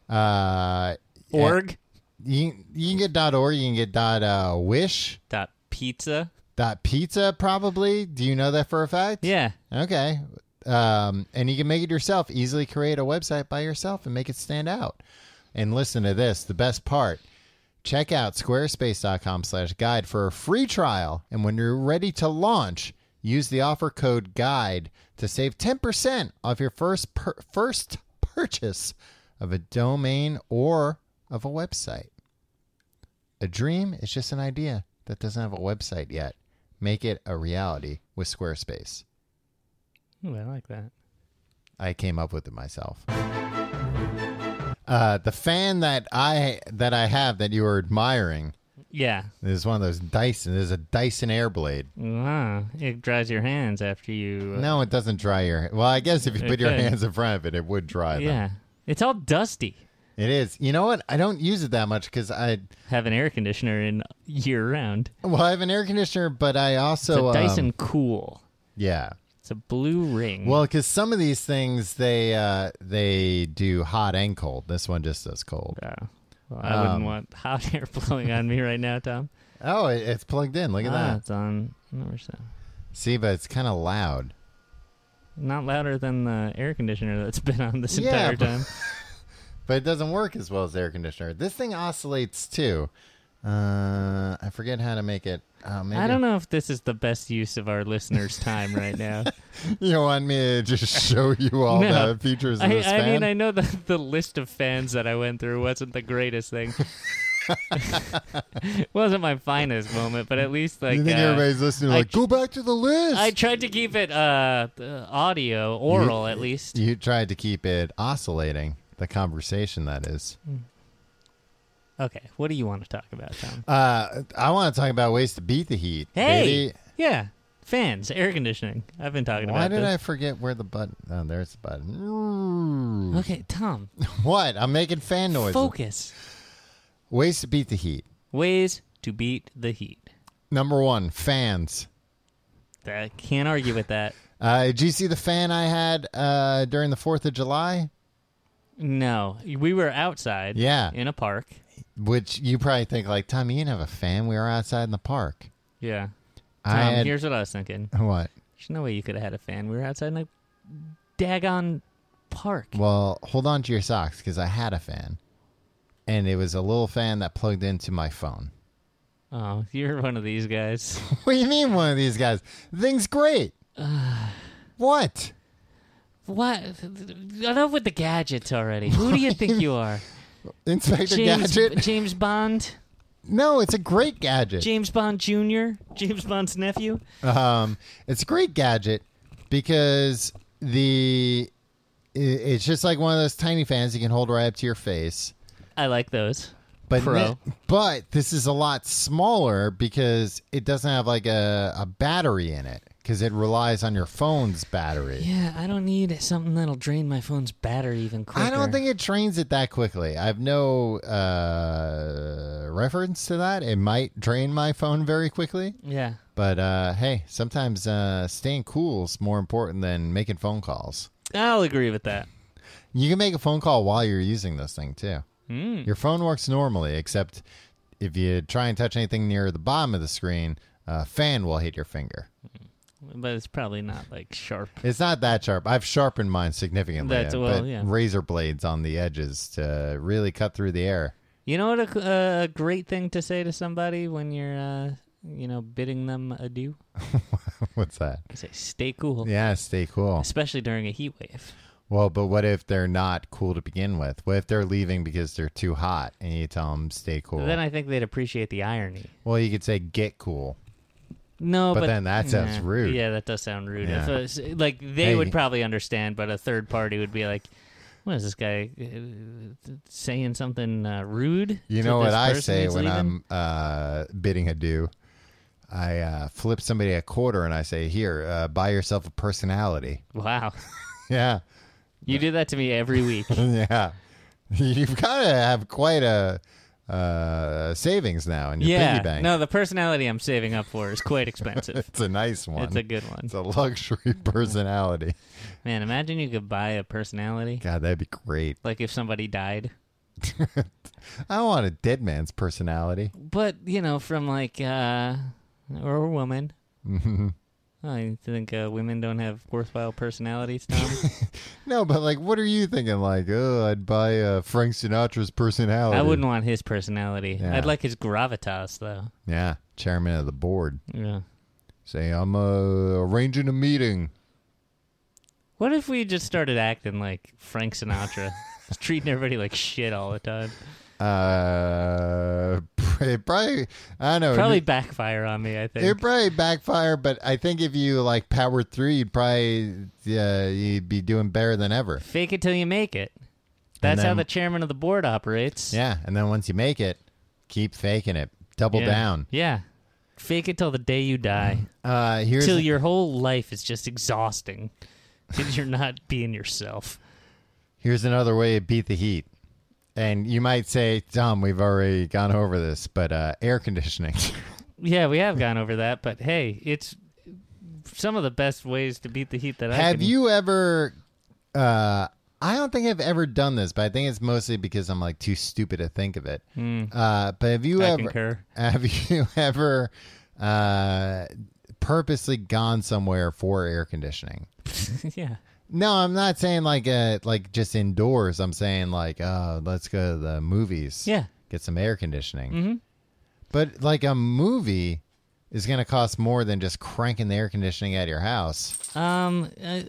[SPEAKER 5] Uh,
[SPEAKER 2] Org
[SPEAKER 5] you, you can get .org, you can get dot, uh, .wish,
[SPEAKER 2] dot pizza.
[SPEAKER 5] dot .pizza probably. Do you know that for a fact?
[SPEAKER 2] Yeah.
[SPEAKER 5] Okay. Um, and you can make it yourself. Easily create a website by yourself and make it stand out. And listen to this the best part. Check out squarespace.com slash guide for a free trial. And when you're ready to launch, use the offer code guide to save 10% off your first per- first purchase of a domain or of a website. A dream is just an idea that doesn't have a website yet. Make it a reality with Squarespace.
[SPEAKER 2] Ooh, I like that.
[SPEAKER 5] I came up with it myself. Uh, the fan that I that I have that you were admiring
[SPEAKER 2] Yeah.
[SPEAKER 5] is one of those Dyson. There's a Dyson Airblade.
[SPEAKER 2] Wow. It dries your hands after you. uh,
[SPEAKER 5] No, it doesn't dry your. Well, I guess if you
[SPEAKER 2] It
[SPEAKER 5] put your
[SPEAKER 2] could.
[SPEAKER 5] hands in front of it, it would dry them.
[SPEAKER 2] Yeah. It's all dusty.
[SPEAKER 5] It is. You know what? I don't use it that much because I
[SPEAKER 2] Have an air conditioner in year round.
[SPEAKER 5] well, I have an air conditioner, but I
[SPEAKER 2] It's
[SPEAKER 5] also
[SPEAKER 2] a Dyson Mm.
[SPEAKER 5] um,
[SPEAKER 2] Cool.
[SPEAKER 5] yeah.
[SPEAKER 2] It's a blue ring.
[SPEAKER 5] Well, because some of these things they uh, they do hot and cold. This one just does cold.
[SPEAKER 2] Yeah. Well, I
[SPEAKER 5] Um,
[SPEAKER 2] wouldn't want (laughs) hot air blowing on me right now, Tom.
[SPEAKER 5] Oh, it, it's plugged in. (laughs) Look
[SPEAKER 2] Ah,
[SPEAKER 5] at that.
[SPEAKER 2] it's on number seven.
[SPEAKER 5] See, but it's kind of loud.
[SPEAKER 2] Not louder than the air conditioner that's been on this
[SPEAKER 5] Yeah,
[SPEAKER 2] entire
[SPEAKER 5] but-
[SPEAKER 2] time.
[SPEAKER 5] but it doesn't work as well as the air conditioner. This thing oscillates too. Uh, I forget how to make it. Uh, maybe
[SPEAKER 2] I don't know if this is the best use of our listeners' time right now.
[SPEAKER 5] (laughs) You want me to just show
[SPEAKER 2] (laughs)
[SPEAKER 5] you all
[SPEAKER 2] No.
[SPEAKER 5] the features of
[SPEAKER 2] I,
[SPEAKER 5] this
[SPEAKER 2] I
[SPEAKER 5] fan?
[SPEAKER 2] mean, I know the, the list of fans that I went through wasn't the greatest
[SPEAKER 5] (laughs)
[SPEAKER 2] thing. (laughs) wasn't my finest moment, but at least like
[SPEAKER 5] you think
[SPEAKER 2] uh,
[SPEAKER 5] everybody's listening?
[SPEAKER 2] I
[SPEAKER 5] Like,
[SPEAKER 2] tr-
[SPEAKER 5] go back to the list.
[SPEAKER 2] I tried to keep it uh, uh, audio, oral at least.
[SPEAKER 5] you tried to keep it oscillating. The conversation that is.
[SPEAKER 2] Okay, what do you want to talk about, Tom?
[SPEAKER 5] Uh, I want to talk about ways to beat the heat.
[SPEAKER 2] Hey,
[SPEAKER 5] baby.
[SPEAKER 2] yeah, fans, air conditioning. I've been talking
[SPEAKER 5] Why
[SPEAKER 2] about
[SPEAKER 5] did I
[SPEAKER 2] this.
[SPEAKER 5] forget where the button? Oh, there's the button.
[SPEAKER 2] Okay, Tom,
[SPEAKER 5] What? I'm making fan noises.
[SPEAKER 2] focus.
[SPEAKER 5] Ways to beat the heat.
[SPEAKER 2] Ways to beat the heat.
[SPEAKER 5] Number one, fans.
[SPEAKER 2] I can't argue with that.
[SPEAKER 5] Uh, did you see the fan I had uh, during the Fourth of July?
[SPEAKER 2] No, we were outside.
[SPEAKER 5] Yeah.
[SPEAKER 2] in a park.
[SPEAKER 5] Which you probably think like, Tommy, you didn't have a fan. We were outside in the park.
[SPEAKER 2] Yeah. Tom,
[SPEAKER 5] I had
[SPEAKER 2] here's what I was thinking.
[SPEAKER 5] what?
[SPEAKER 2] There's no way you could have had a fan. We were outside in a dagon park.
[SPEAKER 5] Well, hold on to your socks because I had a fan, and it was a little fan that plugged into my phone. (laughs)
[SPEAKER 2] Oh, you're one of these guys. (laughs)
[SPEAKER 5] what do you mean, one of these guys? The
[SPEAKER 2] (sighs)
[SPEAKER 5] thing's great. what?
[SPEAKER 2] what? Enough with the gadgets already. Who do you think you
[SPEAKER 5] (laughs)
[SPEAKER 2] are?
[SPEAKER 5] Inspector
[SPEAKER 2] James,
[SPEAKER 5] Gadget?
[SPEAKER 2] James Bond?
[SPEAKER 5] No, it's a great gadget.
[SPEAKER 2] James Bond Jr.? James Bond's nephew?
[SPEAKER 5] Um, it's a great gadget because the i- it's just like one of those tiny fans you can hold right up to your face.
[SPEAKER 2] I like those.
[SPEAKER 5] But
[SPEAKER 2] Pro.
[SPEAKER 5] thi- but this is a lot smaller because it doesn't have like a, a battery in it because it relies on your phone's battery.
[SPEAKER 2] Yeah, I don't need something that'll drain my phone's battery even quicker.
[SPEAKER 5] I don't think it drains it that quickly. I have no uh, reference to that. It might drain my phone very quickly.
[SPEAKER 2] Yeah.
[SPEAKER 5] But uh, hey, sometimes uh, staying cool is more important than making phone calls.
[SPEAKER 2] I'll agree with that.
[SPEAKER 5] You can make a phone call while you're using this thing too.
[SPEAKER 2] Hmm.
[SPEAKER 5] Your phone works normally, except if you try and touch anything near the bottom of the screen, a fan will hit your finger.
[SPEAKER 2] but it's probably not like sharp.
[SPEAKER 5] It's not that sharp. I've sharpened mine significantly.
[SPEAKER 2] That's-
[SPEAKER 5] I
[SPEAKER 2] well,
[SPEAKER 5] put
[SPEAKER 2] yeah.
[SPEAKER 5] Razor blades on the edges to really cut through the air. (laughs)
[SPEAKER 2] You know what a c- uh, a great thing to say to somebody when you're, uh, you know, bidding them adieu?
[SPEAKER 5] What's that?
[SPEAKER 2] You say, stay cool,
[SPEAKER 5] Yeah, stay cool.
[SPEAKER 2] especially during a heat wave.
[SPEAKER 5] Well, but what if they're not cool to begin with? What if they're leaving because they're too hot and you tell them stay cool?
[SPEAKER 2] Then I think they'd appreciate the irony.
[SPEAKER 5] well, you could say get cool.
[SPEAKER 2] No,
[SPEAKER 5] But
[SPEAKER 2] but,
[SPEAKER 5] then that sounds
[SPEAKER 2] Nah.
[SPEAKER 5] rude.
[SPEAKER 2] Yeah, that does sound rude.
[SPEAKER 5] Yeah.
[SPEAKER 2] If it was- like they
[SPEAKER 5] Hey.
[SPEAKER 2] would probably understand, but a third party would be like, "What is this guy uh, saying? Something uh, rude?"
[SPEAKER 5] You
[SPEAKER 2] to
[SPEAKER 5] know what
[SPEAKER 2] this
[SPEAKER 5] I
[SPEAKER 2] person
[SPEAKER 5] say
[SPEAKER 2] that's
[SPEAKER 5] when
[SPEAKER 2] leaving?"
[SPEAKER 5] I'm uh, bidding adieu? I uh, flip somebody a quarter and I say, "Here, uh, buy yourself a personality." (laughs)
[SPEAKER 2] Wow,
[SPEAKER 5] Yeah,
[SPEAKER 2] you do that to me every
[SPEAKER 5] (laughs)
[SPEAKER 2] week.
[SPEAKER 5] yeah. You've got to have quite a uh, savings now in your piggy
[SPEAKER 2] yeah,
[SPEAKER 5] bank.
[SPEAKER 2] no, the personality I'm saving up for is quite expensive.
[SPEAKER 5] It's a nice (laughs) one.
[SPEAKER 2] it's a good one,
[SPEAKER 5] It's a luxury (laughs) personality.
[SPEAKER 2] man. Imagine you could buy a personality.
[SPEAKER 5] God, that'd be great.
[SPEAKER 2] Like if somebody died,
[SPEAKER 5] I don't want a dead man's personality. (laughs)
[SPEAKER 2] but you know, from like uh, or a woman. I think uh, women don't have worthwhile personalities, Tom.
[SPEAKER 5] No, but like, what are you thinking? Like, oh, I'd buy uh, Frank Sinatra's personality.
[SPEAKER 2] I wouldn't want his personality.
[SPEAKER 5] Oh, Yeah.
[SPEAKER 2] I'd like his gravitas, though.
[SPEAKER 5] Yeah, chairman of the board.
[SPEAKER 2] Yeah.
[SPEAKER 5] Say, I'm uh, arranging a meeting.
[SPEAKER 2] What if we just started acting like Frank
[SPEAKER 5] (laughs)
[SPEAKER 2] Sinatra, Just treating everybody like shit all the time?
[SPEAKER 5] Uh, it probably, I don't know.
[SPEAKER 2] Probably backfire on me. I think.
[SPEAKER 5] It'd probably backfire, but I think if you like powered through, you'd probably uh, you'd be doing better than ever.
[SPEAKER 2] Fake it till you make it. That's how
[SPEAKER 5] then-
[SPEAKER 2] the chairman of the board operates.
[SPEAKER 5] Yeah, and then once you make it, keep faking it, double
[SPEAKER 2] Yeah.
[SPEAKER 5] down.
[SPEAKER 2] Yeah. Fake it till the day you die.
[SPEAKER 5] Uh, here's
[SPEAKER 2] till your whole life is just
[SPEAKER 5] (laughs)
[SPEAKER 2] exhausting. Because you're not being yourself.
[SPEAKER 5] here's another way to beat the heat. And you might say, Tom, we've already gone over this, but uh, air conditioning. (laughs)
[SPEAKER 2] Yeah, we have gone over that, but hey, it's some of the best ways to beat the heat that I
[SPEAKER 5] Have
[SPEAKER 2] can-
[SPEAKER 5] you ever? Uh, I don't think I've ever done this, but I think it's mostly because I'm like too stupid to think of it. Uh, but have you
[SPEAKER 2] Hmm. I
[SPEAKER 5] ever?
[SPEAKER 2] concur.
[SPEAKER 5] (laughs) Have you ever uh, purposely gone somewhere for air conditioning?
[SPEAKER 2] (laughs) yeah.
[SPEAKER 5] No, I'm not saying like uh, like just indoors. I'm saying like, uh, let's go to the movies.
[SPEAKER 2] Yeah. Mm-hmm.
[SPEAKER 5] get some air conditioning. But like a movie is going to cost more than just cranking the air conditioning at your house.
[SPEAKER 2] Um, uh,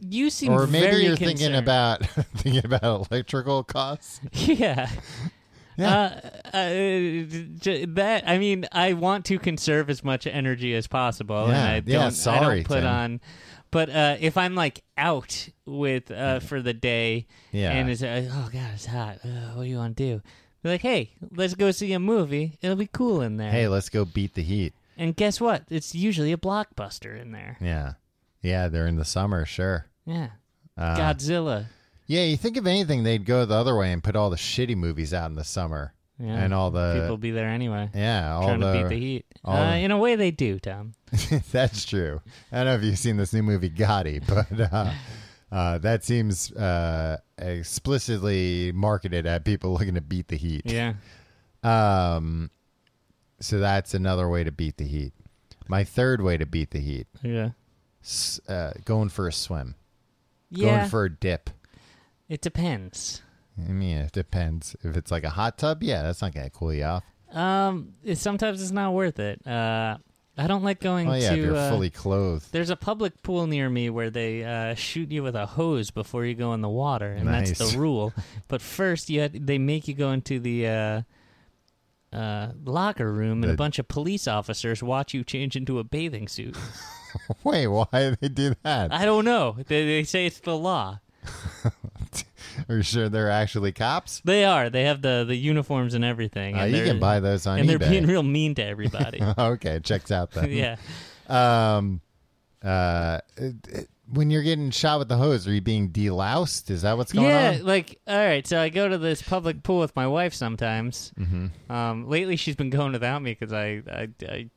[SPEAKER 2] you seem
[SPEAKER 5] or maybe
[SPEAKER 2] very
[SPEAKER 5] you're
[SPEAKER 2] concerned.
[SPEAKER 5] thinking about (laughs) thinking about electrical costs.
[SPEAKER 2] (laughs) yeah. Uh, uh, j- that I mean, I want to conserve as much energy as possible, and
[SPEAKER 5] Yeah,
[SPEAKER 2] I
[SPEAKER 5] yeah,
[SPEAKER 2] don't, I
[SPEAKER 5] sorry,
[SPEAKER 2] don't put
[SPEAKER 5] Tim.
[SPEAKER 2] on. But uh, if I'm like out with uh, for the day,
[SPEAKER 5] Yeah.
[SPEAKER 2] and it's uh, oh god, it's hot. Uh, what do you want to do? Be like, hey, let's go see a movie. It'll be cool in there.
[SPEAKER 5] Hey, let's go beat the heat.
[SPEAKER 2] And guess what? It's usually a blockbuster in there.
[SPEAKER 5] Yeah, yeah, they're in the summer, sure.
[SPEAKER 2] Yeah,
[SPEAKER 5] Uh,
[SPEAKER 2] Godzilla.
[SPEAKER 5] Yeah, you think of anything, they'd go the other way and put all the shitty movies out in the summer
[SPEAKER 2] Yeah,
[SPEAKER 5] and all the
[SPEAKER 2] people be there anyway.
[SPEAKER 5] yeah, all
[SPEAKER 2] trying
[SPEAKER 5] the,
[SPEAKER 2] to beat the heat.
[SPEAKER 5] all
[SPEAKER 2] Uh,
[SPEAKER 5] the-
[SPEAKER 2] in a way, they do, Tom.
[SPEAKER 5] (laughs) That's true. I don't know if you've seen this new movie Gotti, (laughs) but uh, uh, that seems uh, explicitly marketed at people (laughs) looking to beat the heat.
[SPEAKER 2] Yeah.
[SPEAKER 5] Um, so that's another way to beat the heat. My third way to beat the heat:
[SPEAKER 2] Yeah.
[SPEAKER 5] s- uh, going for a swim,
[SPEAKER 2] Yeah.
[SPEAKER 5] going for a dip.
[SPEAKER 2] it depends.
[SPEAKER 5] I mean, it depends. If it's like a hot tub, yeah, that's not gonna cool you off.
[SPEAKER 2] Um, it, sometimes it's not worth it. Uh, I don't like going
[SPEAKER 5] Oh yeah,
[SPEAKER 2] to.
[SPEAKER 5] if you're
[SPEAKER 2] uh,
[SPEAKER 5] fully clothed. (laughs)
[SPEAKER 2] there's a public pool near me where they uh, shoot you with a hose before you go in the water, and that's
[SPEAKER 5] Nice.
[SPEAKER 2] the rule. but first, you had, they make you go into the uh, uh, locker room, and
[SPEAKER 5] The-
[SPEAKER 2] a bunch of police officers watch you change into a bathing suit.
[SPEAKER 5] Wait, why do they do that?
[SPEAKER 2] I don't know. They, they say it's the law.
[SPEAKER 5] Are you sure they're actually cops?
[SPEAKER 2] They are. They have the the uniforms and everything.
[SPEAKER 5] Uh,
[SPEAKER 2] and
[SPEAKER 5] you can
[SPEAKER 2] they're-
[SPEAKER 5] buy those on
[SPEAKER 2] and
[SPEAKER 5] eBay.
[SPEAKER 2] they're being real mean to everybody.
[SPEAKER 5] (laughs) okay, checks out
[SPEAKER 2] (laughs)
[SPEAKER 5] then.
[SPEAKER 2] yeah.
[SPEAKER 5] Um, uh, it- it- when you're getting shot with the hose, are you being deloused? Is that what's going
[SPEAKER 2] yeah,
[SPEAKER 5] on?
[SPEAKER 2] like all right, so I go to this public pool with my wife sometimes. Mm-hmm. Um, lately she's been going without me cuz I, I I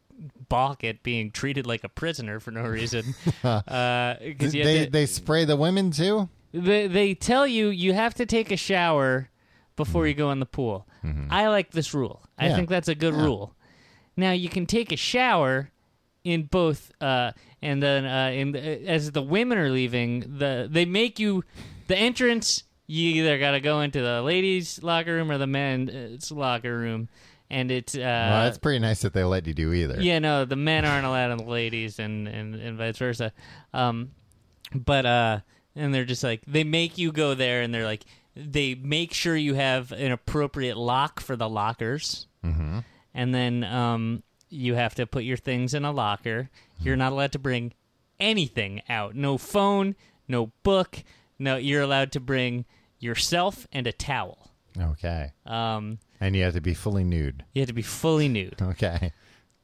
[SPEAKER 2] balk at being treated like a prisoner for no
[SPEAKER 5] (laughs)
[SPEAKER 2] reason. uh 'cause you have
[SPEAKER 5] They
[SPEAKER 2] to-
[SPEAKER 5] they spray the women too.
[SPEAKER 2] They, they tell you you have to take a shower before you go in the pool. I like this rule. I
[SPEAKER 5] Mm-hmm. Yeah.
[SPEAKER 2] think that's a good rule. Now you can take a shower in both uh and then uh in the, as the women are leaving the they make you the entrance you either got to go into the ladies locker room or the men's locker room and it's uh
[SPEAKER 5] well, that's pretty nice that they let you do either.
[SPEAKER 2] yeah, no, the men aren't allowed on the ladies, and, and, and vice versa. Um, but uh, and they're just like they make you go there, and they're like they make sure you have an appropriate lock for the lockers, mm-hmm. and then um, you have to put your things in a locker. You're not allowed to bring anything out. No phone, no book. No, you're allowed to bring yourself and a towel.
[SPEAKER 5] Okay.
[SPEAKER 2] Um,
[SPEAKER 5] And you have to be fully nude.
[SPEAKER 2] you have to be fully nude.
[SPEAKER 5] Okay.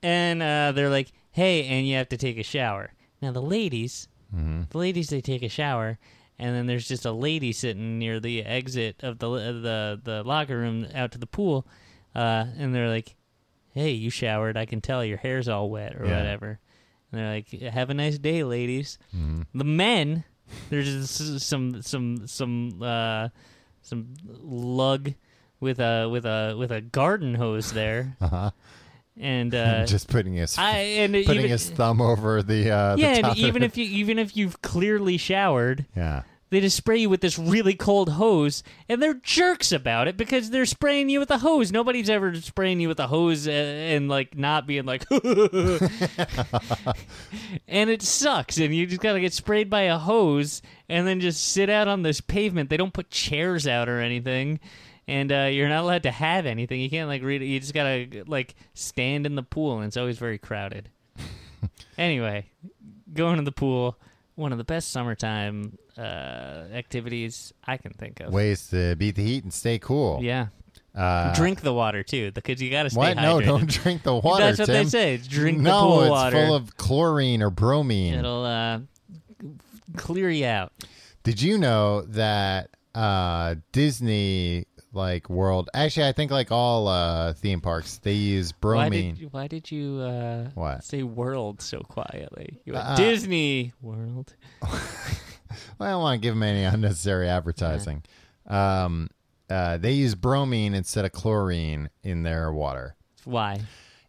[SPEAKER 2] and uh, they're like, "Hey, and you have to take a shower." Now the ladies, the ladies, they take a shower, and then there's just a lady sitting near the exit of the of the the locker room out to the pool, uh, and they're like, "Hey, you showered? I can tell your hair's all wet or
[SPEAKER 5] Yeah.
[SPEAKER 2] whatever." And they're like, "Have a nice day, ladies." The men, there's just some some some uh, some lug with a with a with a garden hose there. And uh,
[SPEAKER 5] (laughs) Just putting his
[SPEAKER 2] I and
[SPEAKER 5] putting
[SPEAKER 2] even,
[SPEAKER 5] his thumb over the uh the
[SPEAKER 2] yeah, and
[SPEAKER 5] top of
[SPEAKER 2] even
[SPEAKER 5] it.
[SPEAKER 2] if you even if you've clearly showered,
[SPEAKER 5] Yeah.
[SPEAKER 2] they just spray you with this really cold hose, and they're jerks about it because they're spraying you with a hose. Nobody's ever spraying you with a hose and, and like not being like, (laughs) and it sucks. And you just gotta get sprayed by a hose and then just sit out on this pavement. They don't put chairs out or anything. And uh, you're not allowed to have anything. You can't like read. You just gotta like stand in the pool, and it's always very
[SPEAKER 5] (laughs)
[SPEAKER 2] crowded. anyway, going to the pool one of the best summertime uh, activities I can think of.
[SPEAKER 5] Ways to beat the heat and stay cool.
[SPEAKER 2] Yeah,
[SPEAKER 5] Uh,
[SPEAKER 2] drink the water too, because you got to stay
[SPEAKER 5] What?
[SPEAKER 2] hydrated.
[SPEAKER 5] No, don't (laughs) drink the water.
[SPEAKER 2] That's what they
[SPEAKER 5] Tim.
[SPEAKER 2] say, drink the
[SPEAKER 5] no,
[SPEAKER 2] pool
[SPEAKER 5] it's
[SPEAKER 2] water.
[SPEAKER 5] full of chlorine or bromine.
[SPEAKER 2] It'll uh, clear you out.
[SPEAKER 5] Did you know that uh, Disney like World? Actually, I think like all uh, theme parks they use
[SPEAKER 2] Why
[SPEAKER 5] bromine.
[SPEAKER 2] did why did you uh,
[SPEAKER 5] What?
[SPEAKER 2] say world so quietly? You went, Disney World.
[SPEAKER 5] Well, I don't want to give them any (laughs) unnecessary advertising. Um, uh, they use bromine instead of chlorine in their water.
[SPEAKER 2] Why?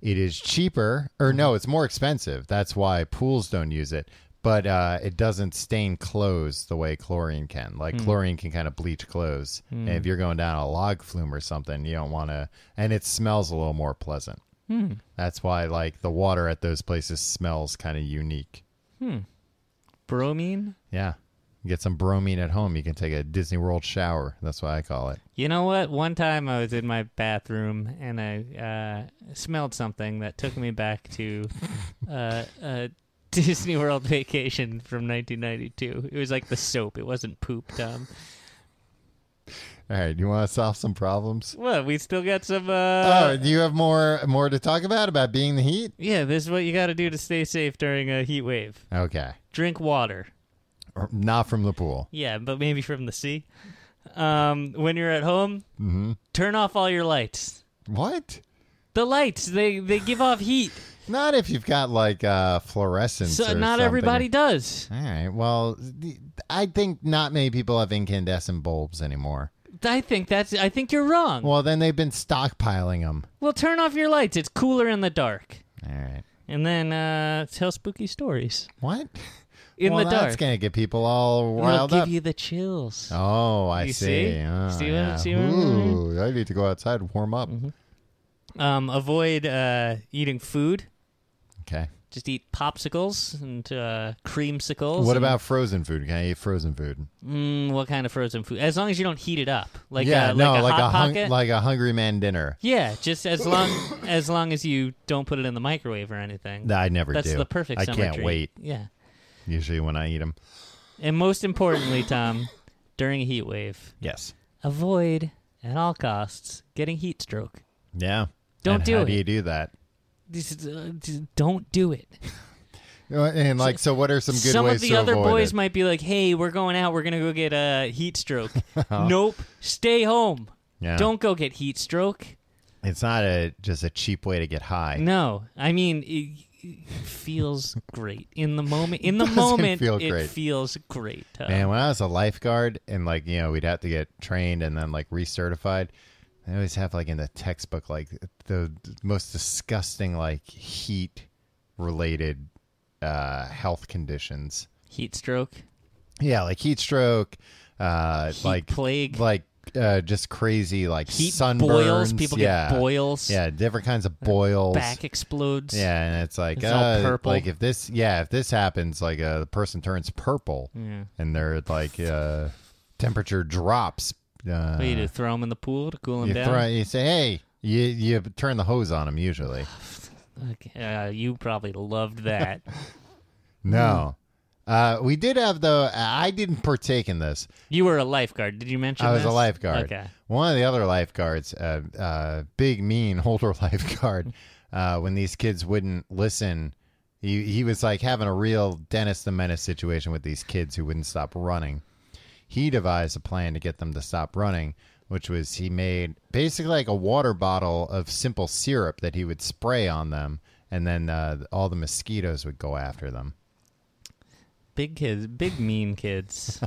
[SPEAKER 5] It is cheaper, or no, it's more expensive. That's why pools don't use it. But uh, it doesn't stain clothes the way chlorine can. Like chlorine can kind of bleach clothes. And if you're going down a log flume or something, you don't want to. And it smells a little more pleasant. That's why, like, the water at those places smells kind of unique.
[SPEAKER 2] Bromine?
[SPEAKER 5] Yeah. You get some bromine at home. You can take a Disney World shower. That's what I call it.
[SPEAKER 2] You know what? One time I was in my bathroom and I uh, smelled something that took me back to uh, a Disney World (laughs) vacation from 1992. It was like the soap. It wasn't poop, Tom.
[SPEAKER 5] All right. You want to solve some problems?
[SPEAKER 2] Well, we still got some. Uh,
[SPEAKER 5] oh, do you have more more to talk about about being the heat?
[SPEAKER 2] yeah, this is what you got to do to stay safe during a heat wave.
[SPEAKER 5] Okay.
[SPEAKER 2] Drink water.
[SPEAKER 5] Or not from the pool.
[SPEAKER 2] Yeah, but maybe from the sea. Um, when you're at home,
[SPEAKER 5] Mm-hmm.
[SPEAKER 2] turn off all your lights.
[SPEAKER 5] What?
[SPEAKER 2] The lights they they give off heat.
[SPEAKER 5] Not if you've got like uh, fluorescence.
[SPEAKER 2] so
[SPEAKER 5] or
[SPEAKER 2] not
[SPEAKER 5] something.
[SPEAKER 2] everybody does.
[SPEAKER 5] All right. Well, the- I think not many people have incandescent bulbs anymore.
[SPEAKER 2] I think that's. I think you're wrong. Well,
[SPEAKER 5] Well, then they've been stockpiling them.
[SPEAKER 2] turn off your lights. It's cooler in the dark.
[SPEAKER 5] All right.
[SPEAKER 2] And then uh, tell spooky stories
[SPEAKER 5] What?
[SPEAKER 2] in
[SPEAKER 5] well,
[SPEAKER 2] the
[SPEAKER 5] That's
[SPEAKER 2] dark.
[SPEAKER 5] gonna get people all
[SPEAKER 2] And it'll
[SPEAKER 5] riled
[SPEAKER 2] give
[SPEAKER 5] up.
[SPEAKER 2] you the chills.
[SPEAKER 5] Oh, I
[SPEAKER 2] You
[SPEAKER 5] see.
[SPEAKER 2] see?
[SPEAKER 5] Oh,
[SPEAKER 2] See what-
[SPEAKER 5] yeah.
[SPEAKER 2] see what I'm
[SPEAKER 5] Ooh, I need to go outside and warm up.
[SPEAKER 2] Mm-hmm.
[SPEAKER 5] Oh.
[SPEAKER 2] Um, avoid uh, eating food.
[SPEAKER 5] Okay.
[SPEAKER 2] Just eat popsicles and uh, creamsicles.
[SPEAKER 5] What
[SPEAKER 2] and-
[SPEAKER 5] about frozen food? Can I eat frozen food?
[SPEAKER 2] Mm, what kind of frozen food? As long as you don't heat it up, like
[SPEAKER 5] yeah,
[SPEAKER 2] uh,
[SPEAKER 5] no,
[SPEAKER 2] like a hot
[SPEAKER 5] hung-
[SPEAKER 2] pocket.
[SPEAKER 5] like a hungry man dinner.
[SPEAKER 2] yeah, just as long (coughs) as long as you don't put it in the microwave or anything.
[SPEAKER 5] No, I never
[SPEAKER 2] That's
[SPEAKER 5] do.
[SPEAKER 2] the perfect.
[SPEAKER 5] I
[SPEAKER 2] summer
[SPEAKER 5] can't
[SPEAKER 2] treat.
[SPEAKER 5] wait.
[SPEAKER 2] Yeah,
[SPEAKER 5] Usually when I eat them.
[SPEAKER 2] and most importantly, Tom, (laughs) during a heat wave,
[SPEAKER 5] Yes.
[SPEAKER 2] avoid at all costs getting heat stroke.
[SPEAKER 5] Yeah.
[SPEAKER 2] Don't
[SPEAKER 5] And
[SPEAKER 2] do
[SPEAKER 5] how
[SPEAKER 2] it.
[SPEAKER 5] do you do that?
[SPEAKER 2] This is, uh, d- don't do it.
[SPEAKER 5] Uh, And like, so what are some good
[SPEAKER 2] Some
[SPEAKER 5] ways
[SPEAKER 2] of the
[SPEAKER 5] to
[SPEAKER 2] other
[SPEAKER 5] avoid
[SPEAKER 2] boys
[SPEAKER 5] it?
[SPEAKER 2] might be like, "Hey, we're going out. We're gonna go get a heat
[SPEAKER 5] (laughs)
[SPEAKER 2] stroke." nope, stay home.
[SPEAKER 5] Uh-huh. Yeah.
[SPEAKER 2] Don't go get heat stroke.
[SPEAKER 5] It's not a just a cheap way to get high.
[SPEAKER 2] No, I mean it, it feels great in the moment.
[SPEAKER 5] (laughs)
[SPEAKER 2] In the
[SPEAKER 5] Doesn't
[SPEAKER 2] moment,
[SPEAKER 5] feel
[SPEAKER 2] it
[SPEAKER 5] great.
[SPEAKER 2] feels great. Tom.
[SPEAKER 5] Man, when I was a lifeguard and like, you know, we'd have to get trained and then like recertified, I always have like in the textbook like the most disgusting like heat related uh, health conditions.
[SPEAKER 2] Heat stroke.
[SPEAKER 5] Yeah, like heat stroke, uh,
[SPEAKER 2] Heat
[SPEAKER 5] like
[SPEAKER 2] plague.
[SPEAKER 5] like uh, just crazy like
[SPEAKER 2] Heat
[SPEAKER 5] sunburns.
[SPEAKER 2] boils. People
[SPEAKER 5] yeah.
[SPEAKER 2] get boils.
[SPEAKER 5] Yeah, different kinds of boils.
[SPEAKER 2] Back explodes.
[SPEAKER 5] Yeah, and it's like
[SPEAKER 2] It's all
[SPEAKER 5] uh,
[SPEAKER 2] purple.
[SPEAKER 5] Like if this, yeah, if this happens, like a person turns purple,
[SPEAKER 2] Yeah.
[SPEAKER 5] and their like uh, temperature drops. Uh,
[SPEAKER 2] What do you do? Throw them in the pool to cool them
[SPEAKER 5] you,
[SPEAKER 2] down?
[SPEAKER 5] throw- you say, hey, you you turn the hose on them usually.
[SPEAKER 2] Okay, uh, you probably loved that. (laughs)
[SPEAKER 5] No,
[SPEAKER 2] Hmm.
[SPEAKER 5] uh, we did have though. I didn't partake in this.
[SPEAKER 2] you were a lifeguard. Did you mention
[SPEAKER 5] I was a
[SPEAKER 2] this?
[SPEAKER 5] lifeguard.
[SPEAKER 2] Okay.
[SPEAKER 5] One of the other lifeguards, uh, uh, big mean (laughs) older lifeguard, uh, when these kids wouldn't listen, he he was like having a real Dennis the Menace situation with these kids who wouldn't stop running. He devised a plan to get them to stop running, which was he made basically like a water bottle of simple syrup that he would spray on them, and then uh, all the mosquitoes would go after them.
[SPEAKER 2] Big kids. Big mean
[SPEAKER 5] (laughs)
[SPEAKER 2] kids.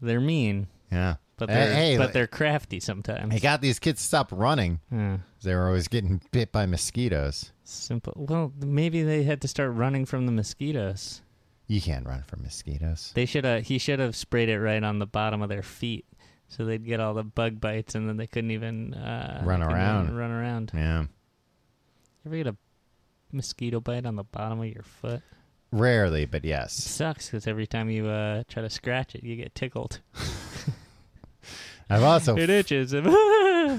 [SPEAKER 2] they're mean,
[SPEAKER 5] Yeah,
[SPEAKER 2] but
[SPEAKER 5] Hey,
[SPEAKER 2] they're
[SPEAKER 5] hey,
[SPEAKER 2] but they're crafty sometimes.
[SPEAKER 5] He got these kids to stop running.
[SPEAKER 2] Yeah.
[SPEAKER 5] They were always getting bit by mosquitoes.
[SPEAKER 2] Simple. Well, maybe they had to start running from the mosquitoes.
[SPEAKER 5] You can't run from mosquitoes.
[SPEAKER 2] They should have. He should have sprayed it right on the bottom of their feet, so they'd get all the bug bites, and then they couldn't even uh,
[SPEAKER 5] Run
[SPEAKER 2] they couldn't
[SPEAKER 5] around.
[SPEAKER 2] even Run around.
[SPEAKER 5] Yeah.
[SPEAKER 2] Ever get a mosquito bite on the bottom of your foot?
[SPEAKER 5] Rarely, but
[SPEAKER 2] It
[SPEAKER 5] yes.
[SPEAKER 2] sucks because every time you uh, try to scratch it, you get tickled.
[SPEAKER 5] I've also
[SPEAKER 2] It itches. (laughs) yeah,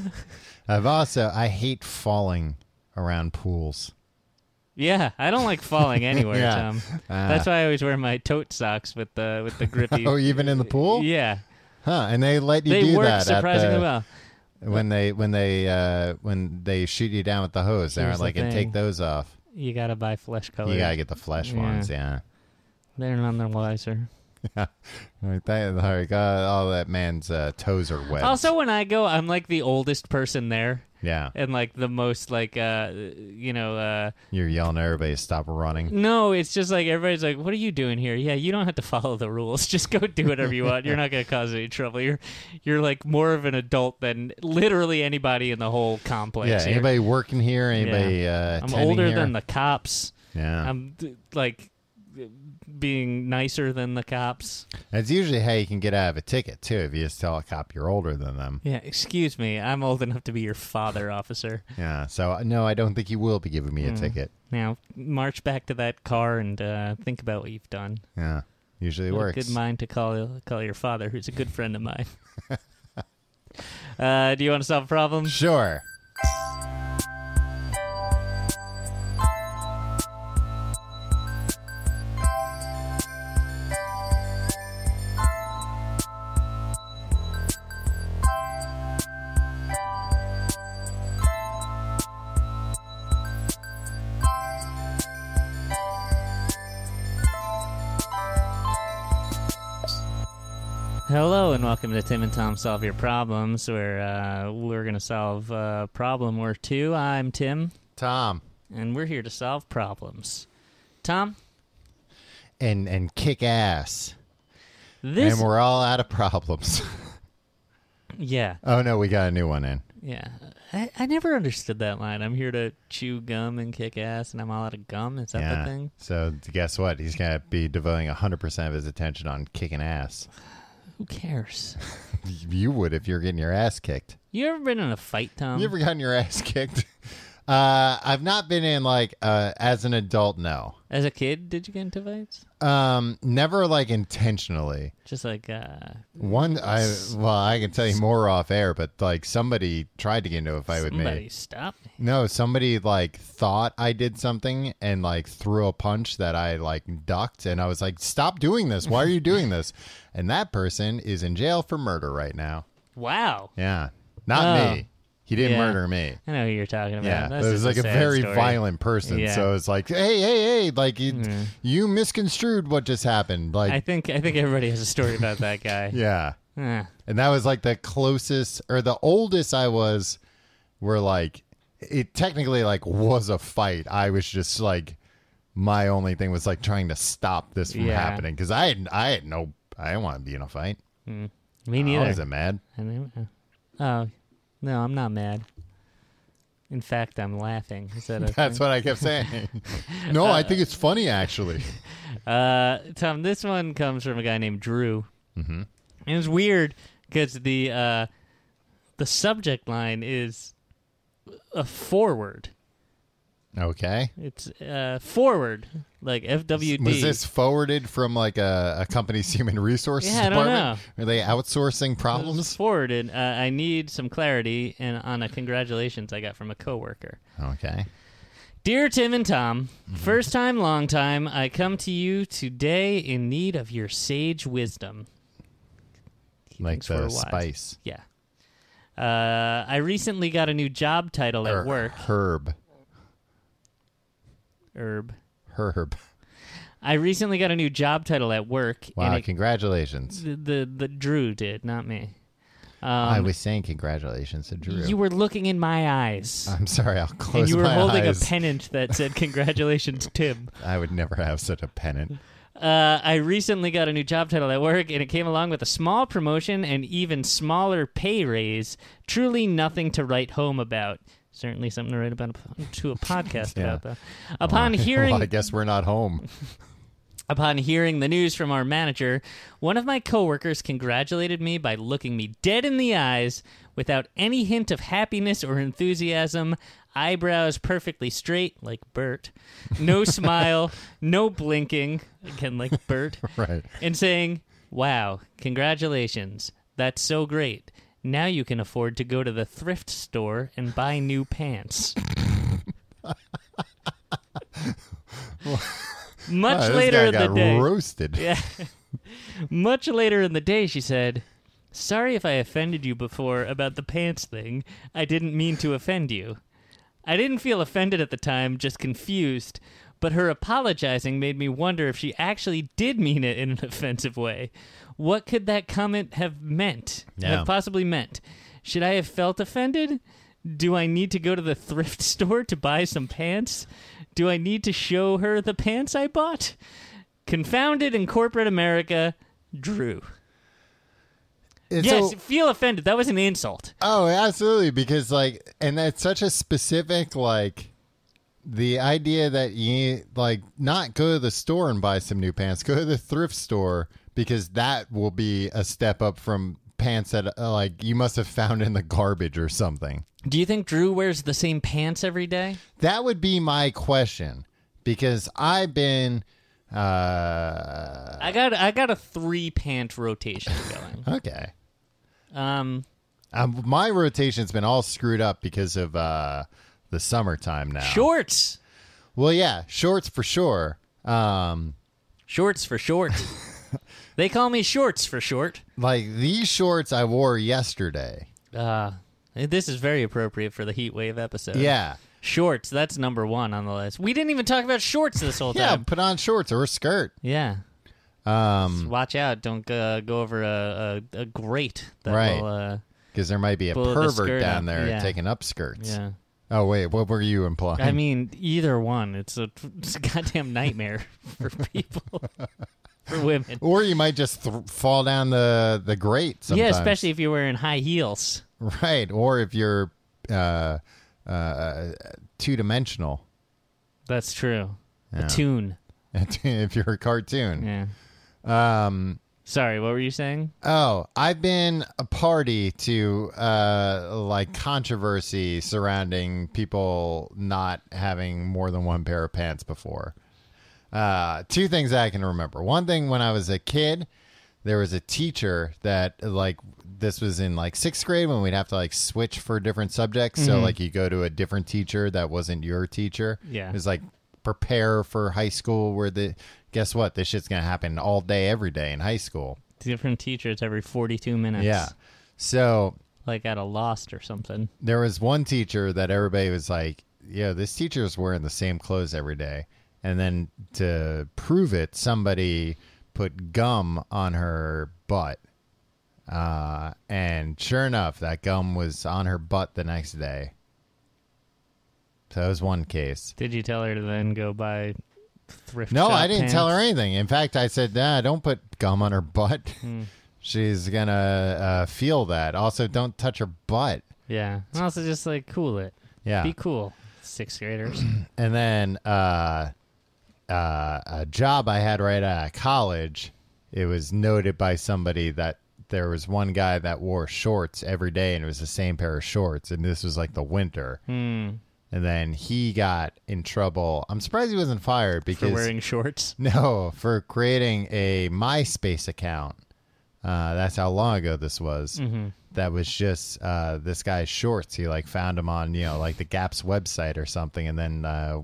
[SPEAKER 5] I've also I hate falling around pools.
[SPEAKER 2] I don't like falling anywhere,
[SPEAKER 5] (laughs) Yeah.
[SPEAKER 2] Tom.
[SPEAKER 5] Ah.
[SPEAKER 2] That's why I always wear my tote socks with the
[SPEAKER 5] (laughs)
[SPEAKER 2] with the grippy.
[SPEAKER 5] Oh, even in the pool?
[SPEAKER 2] Yeah,
[SPEAKER 5] Huh, and they let you
[SPEAKER 2] they
[SPEAKER 5] do
[SPEAKER 2] work
[SPEAKER 5] that at
[SPEAKER 2] surprisingly
[SPEAKER 5] the-
[SPEAKER 2] well.
[SPEAKER 5] when they when they uh when they shoot you down with the hose, they're
[SPEAKER 2] Here's the
[SPEAKER 5] like and
[SPEAKER 2] thing.
[SPEAKER 5] take those off.
[SPEAKER 2] You gotta buy flesh color.
[SPEAKER 5] You gotta get the flesh
[SPEAKER 2] Oh, Yeah.
[SPEAKER 5] ones, yeah.
[SPEAKER 2] They're none the wiser.
[SPEAKER 5] Like, that, like uh, all that man's uh, toes are wet.
[SPEAKER 2] Also, when I go, I'm like the oldest person there,
[SPEAKER 5] yeah,
[SPEAKER 2] and like the most like uh, you know, uh,
[SPEAKER 5] you're yelling at everybody to stop running.
[SPEAKER 2] no, it's just like everybody's like, "What are you doing here?" Yeah, you don't have to follow the rules. (laughs) Just go do whatever you want. You're not gonna cause any trouble. You're you're like more of an adult than literally anybody in the whole complex.
[SPEAKER 5] Yeah,
[SPEAKER 2] here.
[SPEAKER 5] anybody working here? Anybody? Uh,
[SPEAKER 2] I'm
[SPEAKER 5] attending
[SPEAKER 2] older
[SPEAKER 5] here?
[SPEAKER 2] than the cops.
[SPEAKER 5] Yeah,
[SPEAKER 2] I'm d- like being nicer than the cops.
[SPEAKER 5] That's usually how you can get out of a ticket too. If you just tell a cop you're older than them.
[SPEAKER 2] Yeah, excuse me. I'm old enough to be your father, officer.
[SPEAKER 5] Yeah. So uh, no, I don't think you will be giving me
[SPEAKER 2] Mm.
[SPEAKER 5] a ticket.
[SPEAKER 2] Now march back to that car and uh, think about what you've done.
[SPEAKER 5] Yeah. Usually
[SPEAKER 2] What a
[SPEAKER 5] works.
[SPEAKER 2] Good mind to call call your father, who's a good friend of mine. (laughs) uh, do you want to solve a problem?
[SPEAKER 5] Sure.
[SPEAKER 2] Hello and welcome to Tim and Tom Solve Your Problems, where uh, we're going to solve a problem or two. I'm Tim,
[SPEAKER 5] Tom
[SPEAKER 2] and we're here to solve problems. Tom,
[SPEAKER 5] and and kick ass.
[SPEAKER 2] this
[SPEAKER 5] And we're all out of problems. (laughs)
[SPEAKER 2] yeah
[SPEAKER 5] oh no, we got a new one in.
[SPEAKER 2] yeah. I, I never understood that line. I'm here to chew gum and kick ass, and I'm all out of gum. Is that
[SPEAKER 5] yeah.
[SPEAKER 2] the thing?
[SPEAKER 5] So guess what? He's gonna be devoting hundred percent of his attention on kicking ass.
[SPEAKER 2] Who cares?
[SPEAKER 5] You would if you're getting your ass kicked.
[SPEAKER 2] You ever been in a fight, Tom?
[SPEAKER 5] you ever gotten your ass kicked? (laughs) Uh, I've not been in like uh, as an adult. No,
[SPEAKER 2] As a kid, did you get into fights?
[SPEAKER 5] um, never like intentionally.
[SPEAKER 2] Just like, uh,
[SPEAKER 5] One, I well, I can tell you more off air, but like somebody tried to get into a fight with
[SPEAKER 2] somebody
[SPEAKER 5] me.
[SPEAKER 2] stop me.
[SPEAKER 5] No, somebody like thought I did something and like threw a punch that I like ducked, and I was like, "Stop doing this! Why are you
[SPEAKER 2] (laughs)
[SPEAKER 5] doing this?" And that person is in jail for murder right now.
[SPEAKER 2] Wow.
[SPEAKER 5] Yeah, not
[SPEAKER 2] Oh.
[SPEAKER 5] me. He didn't
[SPEAKER 2] Yeah.
[SPEAKER 5] murder me.
[SPEAKER 2] I know who you're talking about.
[SPEAKER 5] Yeah,
[SPEAKER 2] That's
[SPEAKER 5] it was
[SPEAKER 2] just
[SPEAKER 5] like a
[SPEAKER 2] sad
[SPEAKER 5] very
[SPEAKER 2] story.
[SPEAKER 5] violent person.
[SPEAKER 2] Yeah. Mm.
[SPEAKER 5] So it's like, hey, hey, hey, like you, you misconstrued what just happened. Like,
[SPEAKER 2] I think I think everybody has a story about
[SPEAKER 5] (laughs)
[SPEAKER 2] that guy.
[SPEAKER 5] yeah.
[SPEAKER 2] Huh.
[SPEAKER 5] And that was like the closest or the oldest I was where like it technically like was a fight. I was just like my only thing was like trying to stop this from
[SPEAKER 2] Yeah.
[SPEAKER 5] happening cuz I had I had no I didn't want to be in a fight.
[SPEAKER 2] Me
[SPEAKER 5] I
[SPEAKER 2] neither.
[SPEAKER 5] wasn't mad. (laughs)
[SPEAKER 2] I mean, uh, oh no, I'm not mad. In fact, I'm laughing. Is that a
[SPEAKER 5] That's what I
[SPEAKER 2] (laughs)
[SPEAKER 5] kept saying. no, I think it's funny actually. (laughs)
[SPEAKER 2] Uh, Tom, this one comes from a guy named Drew. Mm-hmm. And it's weird because the uh, the subject line is a forward.
[SPEAKER 5] Okay.
[SPEAKER 2] It's uh, forward, like FWD.
[SPEAKER 5] Was this forwarded from like a, a company's (laughs) human resources
[SPEAKER 2] Yeah, I don't
[SPEAKER 5] department? Are they outsourcing
[SPEAKER 2] It was
[SPEAKER 5] problems?
[SPEAKER 2] forwarded. Uh, I need some clarity, and on a congratulations I got from a coworker.
[SPEAKER 5] Okay.
[SPEAKER 2] Dear Tim and Tom,
[SPEAKER 5] Mm-hmm.
[SPEAKER 2] first time, long time, I come to you today in need of your sage wisdom. He
[SPEAKER 5] Like
[SPEAKER 2] thinks we're
[SPEAKER 5] the
[SPEAKER 2] wise.
[SPEAKER 5] spice.
[SPEAKER 2] Yeah. Uh, I recently got a new job title
[SPEAKER 5] Her-
[SPEAKER 2] at work.
[SPEAKER 5] Herb.
[SPEAKER 2] Herb.
[SPEAKER 5] Herb.
[SPEAKER 2] I recently got a new job title at work.
[SPEAKER 5] Wow,
[SPEAKER 2] And it,
[SPEAKER 5] congratulations.
[SPEAKER 2] the, the the Drew did, not me.
[SPEAKER 5] I was saying congratulations to Drew.
[SPEAKER 2] Um, You were looking in my eyes,
[SPEAKER 5] I'm sorry, I'll close
[SPEAKER 2] and you were
[SPEAKER 5] my
[SPEAKER 2] holding
[SPEAKER 5] eyes.
[SPEAKER 2] a pennant that
[SPEAKER 5] (laughs)
[SPEAKER 2] said "Congratulations, Tim."
[SPEAKER 5] I would never have such a pennant.
[SPEAKER 2] Uh, I recently got a new job title at work, and it came along with a small promotion and even smaller pay raise. Truly nothing to write home about. Certainly something to write about to a podcast
[SPEAKER 5] (laughs) Yeah.
[SPEAKER 2] about, though.
[SPEAKER 5] (laughs)
[SPEAKER 2] Upon hearing,
[SPEAKER 5] well, I guess we're not home. (laughs)
[SPEAKER 2] Upon hearing the news from our manager, one of my coworkers congratulated me by looking me dead in the eyes without any hint of happiness or enthusiasm, eyebrows perfectly straight like Bert,
[SPEAKER 5] (laughs)
[SPEAKER 2] no smile, no blinking again like Bert,
[SPEAKER 5] (laughs) Right.
[SPEAKER 2] and saying, "Wow, congratulations. That's so great. Now you can afford to go to the thrift store and buy new
[SPEAKER 5] (laughs)
[SPEAKER 2] pants." Much
[SPEAKER 5] Wow, this
[SPEAKER 2] later in
[SPEAKER 5] guy
[SPEAKER 2] the
[SPEAKER 5] got
[SPEAKER 2] day.
[SPEAKER 5] roasted.
[SPEAKER 2] Much later in the day, she said, Sorry if I offended you before about the pants thing. I didn't mean to offend you. I didn't feel offended at the time, just confused. But her apologizing made me wonder if she actually did mean it in an (laughs) offensive way. What could that comment have meant?
[SPEAKER 5] Yeah.
[SPEAKER 2] Have possibly meant? Should I have felt offended? Do I need to go to the (laughs) thrift store to buy some pants? Do I need to show her the pants I bought? Confounded in corporate America, Drew.
[SPEAKER 5] And
[SPEAKER 2] yes,
[SPEAKER 5] so-
[SPEAKER 2] feel offended. That was an insult.
[SPEAKER 5] oh, absolutely. Because like, and that's such a specific like, the idea that you like not go to the store and buy some new pants, go to the thrift store because that will be a step up from pants that uh, like you must have found in the garbage or something.
[SPEAKER 2] Do you think Drew wears the same pants every day?
[SPEAKER 5] That would be my question because I've been. Uh,
[SPEAKER 2] I got I got a three pant rotation going.
[SPEAKER 5] okay.
[SPEAKER 2] (laughs) Um,
[SPEAKER 5] Um, my rotation's been all screwed up because of uh, the summertime now.
[SPEAKER 2] shorts,
[SPEAKER 5] Well, yeah, shorts for sure. Um,
[SPEAKER 2] shorts for (laughs) short. they call me shorts for short.
[SPEAKER 5] like these shorts I wore yesterday.
[SPEAKER 2] Uh, this is very appropriate for the heat wave episode.
[SPEAKER 5] Yeah.
[SPEAKER 2] shorts. That's number one on the list. We didn't even talk about shorts this whole
[SPEAKER 5] Yeah,
[SPEAKER 2] time.
[SPEAKER 5] put on shorts or a skirt.
[SPEAKER 2] Yeah. Um, watch out! Don't uh, go over a, a, a grate. That
[SPEAKER 5] Right.
[SPEAKER 2] Will, uh,
[SPEAKER 5] Because there might be a
[SPEAKER 2] Pull the
[SPEAKER 5] pervert
[SPEAKER 2] skirt
[SPEAKER 5] down
[SPEAKER 2] up,
[SPEAKER 5] there
[SPEAKER 2] yeah.
[SPEAKER 5] taking up skirts.
[SPEAKER 2] yeah.
[SPEAKER 5] Oh, wait, what were you implying?
[SPEAKER 2] I mean, either one. It's a, (laughs) it's a goddamn nightmare (laughs) for people, for women.
[SPEAKER 5] or you might just th- fall down the, the grate sometimes.
[SPEAKER 2] Yeah, especially if you're wearing high heels.
[SPEAKER 5] (laughs) Right, or if you're uh, uh, two-dimensional. (laughs)
[SPEAKER 2] That's true.
[SPEAKER 5] Yeah.
[SPEAKER 2] A tune.
[SPEAKER 5] if you're a cartoon.
[SPEAKER 2] Yeah. Um.
[SPEAKER 5] Um,
[SPEAKER 2] Sorry, what were you saying?
[SPEAKER 5] Oh, I've been a party to uh, like controversy surrounding people not having more than one pair of pants before. Uh, two things I can remember. One thing when I was a kid, there was a teacher that like this was in like sixth grade when we'd have to like switch for different subjects. So like you go to a different teacher that wasn't your teacher.
[SPEAKER 2] Yeah.
[SPEAKER 5] It was like prepare for high school where the guess what? This shit's gonna happen all day, every day in high school.
[SPEAKER 2] Different teachers every 42 minutes.
[SPEAKER 5] Yeah. So
[SPEAKER 2] Like at a lost or something.
[SPEAKER 5] there was one teacher that everybody was like, yeah, this teacher is wearing the same clothes every day. And then to prove it, somebody put gum on her butt. Uh, and sure enough, that gum was on her butt the next day. So that was one case.
[SPEAKER 2] Did you tell her to then go buy thrift
[SPEAKER 5] No,
[SPEAKER 2] shop
[SPEAKER 5] I didn't tell her
[SPEAKER 2] pants?
[SPEAKER 5] anything. In fact, I said, nah, don't put gum on her butt. (laughs) She's going to uh, feel that. Also, don't touch her butt.
[SPEAKER 2] Yeah. And also just like cool it.
[SPEAKER 5] Yeah.
[SPEAKER 2] Be cool, sixth
[SPEAKER 5] (clears throat)
[SPEAKER 2] graders.
[SPEAKER 5] and then uh, uh, a job I had right out of college, it was noted by somebody that there was one guy that wore shorts every day, and it was the same pair of shorts, and this was like the winter.
[SPEAKER 2] Hmm.
[SPEAKER 5] And then he got in trouble. I'm surprised he wasn't fired
[SPEAKER 2] For
[SPEAKER 5] because
[SPEAKER 2] wearing shorts.
[SPEAKER 5] no, for creating a MySpace account. Uh, that's how long ago this was.
[SPEAKER 2] Mm-hmm.
[SPEAKER 5] That was just uh, this guy's shorts. He like found him on you know like the Gap's website or something, and then uh,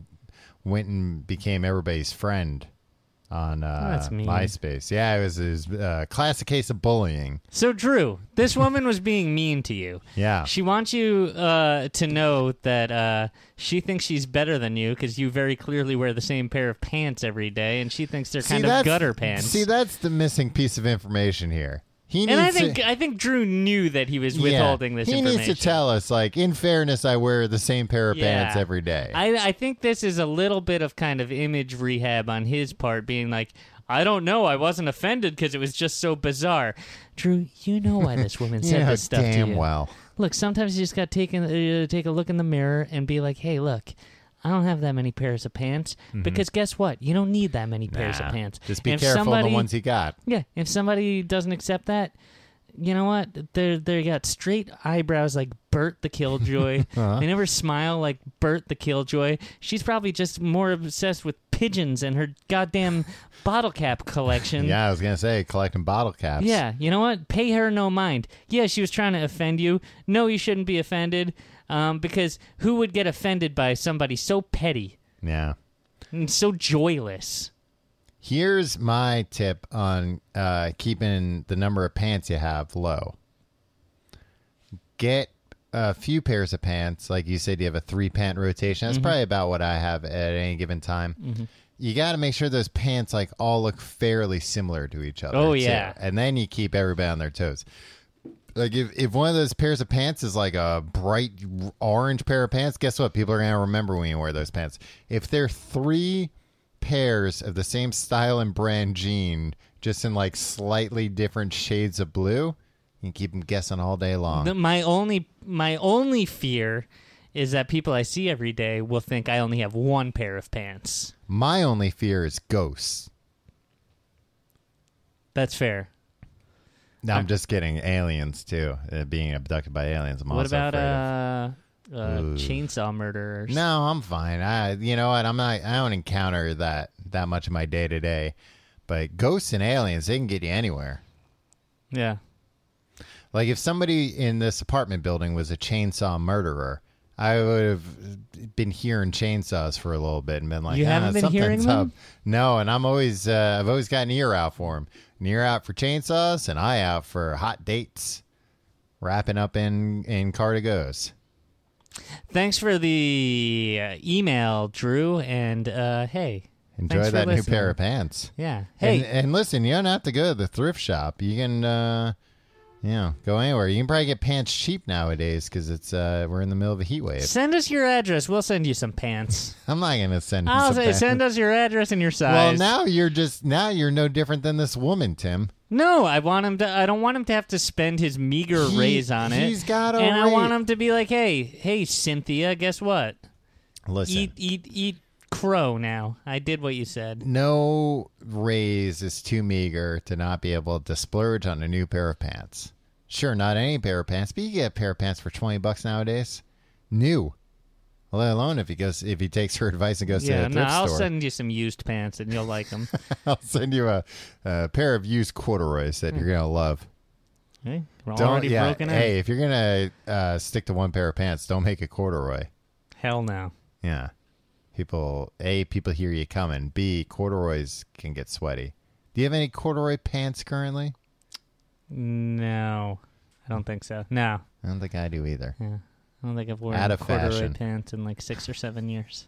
[SPEAKER 5] went and became everybody's friend on uh,
[SPEAKER 2] Oh, that's mean.
[SPEAKER 5] MySpace. Yeah, it was, it was a classic case of bullying.
[SPEAKER 2] So Drew, this woman was being mean to you.
[SPEAKER 5] Yeah.
[SPEAKER 2] She wants you uh, to know that uh, she thinks she's better than you because you very clearly wear the same pair of pants every day, and she thinks they're
[SPEAKER 5] See,
[SPEAKER 2] kind
[SPEAKER 5] that's-
[SPEAKER 2] of gutter pants.
[SPEAKER 5] See, that's the missing piece of information here. He needs
[SPEAKER 2] and I
[SPEAKER 5] to-
[SPEAKER 2] think I think Drew knew that he was
[SPEAKER 5] Yeah.
[SPEAKER 2] withholding this
[SPEAKER 5] He
[SPEAKER 2] information.
[SPEAKER 5] needs to tell us, like, in fairness, I wear the same pair of
[SPEAKER 2] Yeah.
[SPEAKER 5] pants every day.
[SPEAKER 2] I, I think this is a little bit of kind of image rehab on his part, being like, I don't know, I wasn't offended because it was just so bizarre. Drew, you know why this woman
[SPEAKER 5] You (laughs)
[SPEAKER 2] said
[SPEAKER 5] know
[SPEAKER 2] this stuff
[SPEAKER 5] damn
[SPEAKER 2] to you.
[SPEAKER 5] well.
[SPEAKER 2] Look, sometimes you just got to take, a- uh, take a look in the mirror and be like, hey, look. I don't have that many pairs of pants because guess what? You don't need that many pairs
[SPEAKER 5] Mm-hmm. Nah.
[SPEAKER 2] of pants.
[SPEAKER 5] Just be
[SPEAKER 2] And if
[SPEAKER 5] careful of
[SPEAKER 2] somebody-
[SPEAKER 5] the ones he got.
[SPEAKER 2] Yeah, if somebody doesn't accept that, you know what? They're they got straight eyebrows like Bert the Killjoy.
[SPEAKER 5] (laughs) Uh-huh.
[SPEAKER 2] They never smile like Bert the Killjoy. She's probably just more obsessed with pigeons and her goddamn (laughs) bottle cap collection.
[SPEAKER 5] Yeah, I was gonna say collecting bottle caps.
[SPEAKER 2] Yeah, you know what? Pay her no mind. Yeah, she was trying to offend you. No, you shouldn't be offended, um, because who would get offended by somebody so petty
[SPEAKER 5] yeah.
[SPEAKER 2] and so joyless?
[SPEAKER 5] Here's my tip on uh, keeping the number of pants you have low. Get a few pairs of pants, like you said, you have a three pant rotation.
[SPEAKER 2] Mm-hmm.
[SPEAKER 5] That's probably about what I have at any given time. You got to make sure those pants like all look fairly similar to each other.
[SPEAKER 2] Oh,
[SPEAKER 5] too.
[SPEAKER 2] yeah.
[SPEAKER 5] and then you keep everybody on their toes. Like if, if one of those pairs of pants is like a bright orange pair of pants, guess what? People are gonna remember when you wear those pants. If they're three pairs of the same style and brand jean, just in like slightly different shades of blue, you can keep them guessing all day long.
[SPEAKER 2] The- my only my only fear is that people I see every day will think I only have one pair of pants.
[SPEAKER 5] My only fear is ghosts.
[SPEAKER 2] That's fair.
[SPEAKER 5] No, I'm just kidding. Aliens too. Uh, being abducted by aliens. I'm
[SPEAKER 2] what
[SPEAKER 5] also
[SPEAKER 2] about
[SPEAKER 5] afraid
[SPEAKER 2] uh,
[SPEAKER 5] of.
[SPEAKER 2] uh chainsaw murderers?
[SPEAKER 5] No, I'm fine. I, you know what? I'm not. I don't encounter that that much in my day to day. But ghosts and aliens, they can get you anywhere.
[SPEAKER 2] Yeah.
[SPEAKER 5] Like if somebody in this apartment building was a chainsaw murderer, I would have been hearing chainsaws for a little bit and been like,
[SPEAKER 2] You
[SPEAKER 5] "Ah,
[SPEAKER 2] haven't been hearing
[SPEAKER 5] something's
[SPEAKER 2] them?
[SPEAKER 5] up." No, and I'm always, uh, I've always got an ear out for them. An ear out for chainsaws, and eye out for hot dates. Wrapping up in in Cartagos.
[SPEAKER 2] Thanks for the uh, email, Drew. And uh, hey,
[SPEAKER 5] Enjoy
[SPEAKER 2] Thanks for
[SPEAKER 5] that new
[SPEAKER 2] listening.
[SPEAKER 5] pair of pants.
[SPEAKER 2] yeah, hey,
[SPEAKER 5] And, and listen, you don't have to go to the thrift shop. You can, uh, you know, go anywhere. You can probably get pants cheap nowadays because it's uh, we're in the middle of a heat wave. (laughs)
[SPEAKER 2] send us your address. We'll send you some pants.
[SPEAKER 5] I'm not gonna send.
[SPEAKER 2] (laughs)
[SPEAKER 5] him
[SPEAKER 2] I'll
[SPEAKER 5] some
[SPEAKER 2] say,
[SPEAKER 5] pants.
[SPEAKER 2] send us your address and your
[SPEAKER 5] Well,
[SPEAKER 2] size.
[SPEAKER 5] now you're just now you're no different than this woman, Tim.
[SPEAKER 2] No, I want him to. I don't want him to have to spend his meager
[SPEAKER 5] He-
[SPEAKER 2] raise on it.
[SPEAKER 5] he's gotta
[SPEAKER 2] and I want
[SPEAKER 5] rate.
[SPEAKER 2] him to be like, "Hey, hey, Cynthia, guess what?
[SPEAKER 5] Listen,
[SPEAKER 2] Eat, eat, eat crow now. I did what you said.
[SPEAKER 5] no raise is too meager to not be able to splurge on a new pair of pants. Sure, not any pair of pants, but you get a pair of pants for twenty bucks nowadays, new. Let alone if he goes if he takes her advice and goes
[SPEAKER 2] yeah,
[SPEAKER 5] to the
[SPEAKER 2] no,
[SPEAKER 5] thrift
[SPEAKER 2] I'll
[SPEAKER 5] store.
[SPEAKER 2] send you some used pants, and you'll like
[SPEAKER 5] (laughs)
[SPEAKER 2] them.
[SPEAKER 5] I'll send you a, a pair of used corduroys that you're gonna love.
[SPEAKER 2] hey, we're
[SPEAKER 5] Don't
[SPEAKER 2] already
[SPEAKER 5] yeah.
[SPEAKER 2] broken
[SPEAKER 5] hey,
[SPEAKER 2] up.
[SPEAKER 5] if you're gonna uh, stick to one pair of pants, don't make a corduroy.
[SPEAKER 2] Hell no.
[SPEAKER 5] Yeah, people. A people hear you coming. B corduroys can get sweaty. Do you have any corduroy pants currently?
[SPEAKER 2] No, I don't think so. No,
[SPEAKER 5] I don't think I do either.
[SPEAKER 2] yeah, I don't think I've worn
[SPEAKER 5] Out of
[SPEAKER 2] corduroy
[SPEAKER 5] fashion.
[SPEAKER 2] pants in like six or seven years.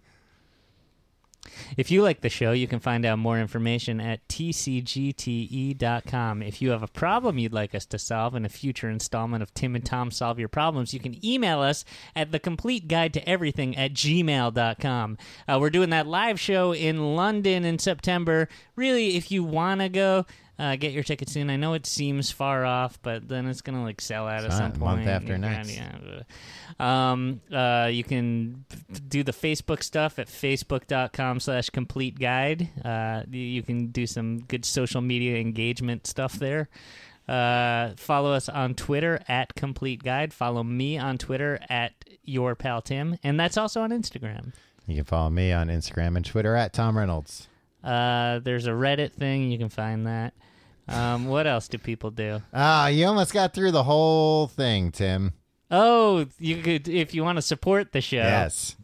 [SPEAKER 2] If you like the show, you can find out more information at tcgte.com. E If you have a problem you'd like us to solve in a future installment of Tim and Tom Solve Your Problems, you can email us at the complete guide to everything at gmail.com. Uh, we're doing that live show in London in September. Really, if you want to go, uh, get your tickets soon. I know it seems far off, but then it's gonna like sell out at
[SPEAKER 5] It's
[SPEAKER 2] some
[SPEAKER 5] not a
[SPEAKER 2] point.
[SPEAKER 5] month after
[SPEAKER 2] Yeah,
[SPEAKER 5] next.
[SPEAKER 2] yeah. Um, uh, you can f- do the Facebook stuff at facebook.com slash complete guide. Uh, you- you can do some good social media engagement stuff there. Uh, follow us on Twitter at complete guide. Follow me on Twitter at your pal Tim, and that's also on Instagram.
[SPEAKER 5] You can follow me on Instagram and Twitter at Tom Reynolds.
[SPEAKER 2] Uh, there's a Reddit thing. You can find that. Um, what else do people do?
[SPEAKER 5] Ah, you almost got through the whole thing, Tim.
[SPEAKER 2] Oh, you could if you want to support the show.
[SPEAKER 5] Yes.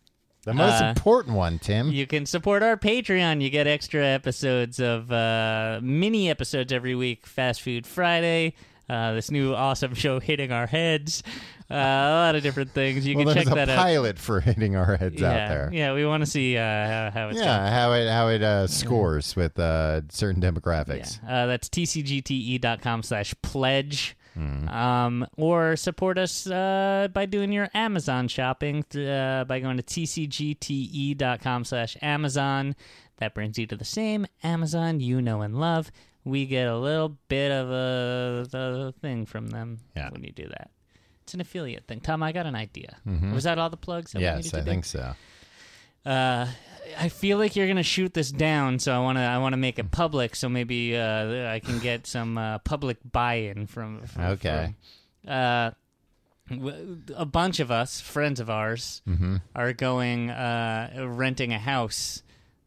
[SPEAKER 5] The most
[SPEAKER 2] Uh,
[SPEAKER 5] important one, Tim.
[SPEAKER 2] You can support our Patreon. You get extra episodes of uh, mini episodes every week. Fast Food Friday. Uh, this new awesome show hitting our heads. Uh, a lot of different things. You
[SPEAKER 5] well,
[SPEAKER 2] can
[SPEAKER 5] there's
[SPEAKER 2] check
[SPEAKER 5] a
[SPEAKER 2] that out.
[SPEAKER 5] pilot for hitting our heads
[SPEAKER 2] Yeah,
[SPEAKER 5] out there.
[SPEAKER 2] yeah, we want to see uh, how, how it's
[SPEAKER 5] Yeah, how it how it uh, scores with uh, certain demographics.
[SPEAKER 2] Yeah. Uh, that's tcgte.com E slash pledge.
[SPEAKER 5] Hmm.
[SPEAKER 2] Um, or support us uh, by doing your Amazon shopping th- uh, by going to tcgte.com E slash Amazon. That brings you to the same Amazon you know and love. We get a little bit of a, a thing from them
[SPEAKER 5] Yeah.
[SPEAKER 2] when you do that. It's an affiliate thing. Tom, I got an idea. Was that all the plugs? that we needed
[SPEAKER 5] Mm-hmm. Yes,
[SPEAKER 2] to
[SPEAKER 5] I
[SPEAKER 2] do?
[SPEAKER 5] think so.
[SPEAKER 2] uh, I feel like you're gonna shoot this down, so I wanna I wanna make it public, so maybe uh, I can get some uh, public buy-in from. from
[SPEAKER 5] Okay.
[SPEAKER 2] from- uh, w- a bunch of us, friends of ours,
[SPEAKER 5] Mm-hmm.
[SPEAKER 2] are going uh, renting a house,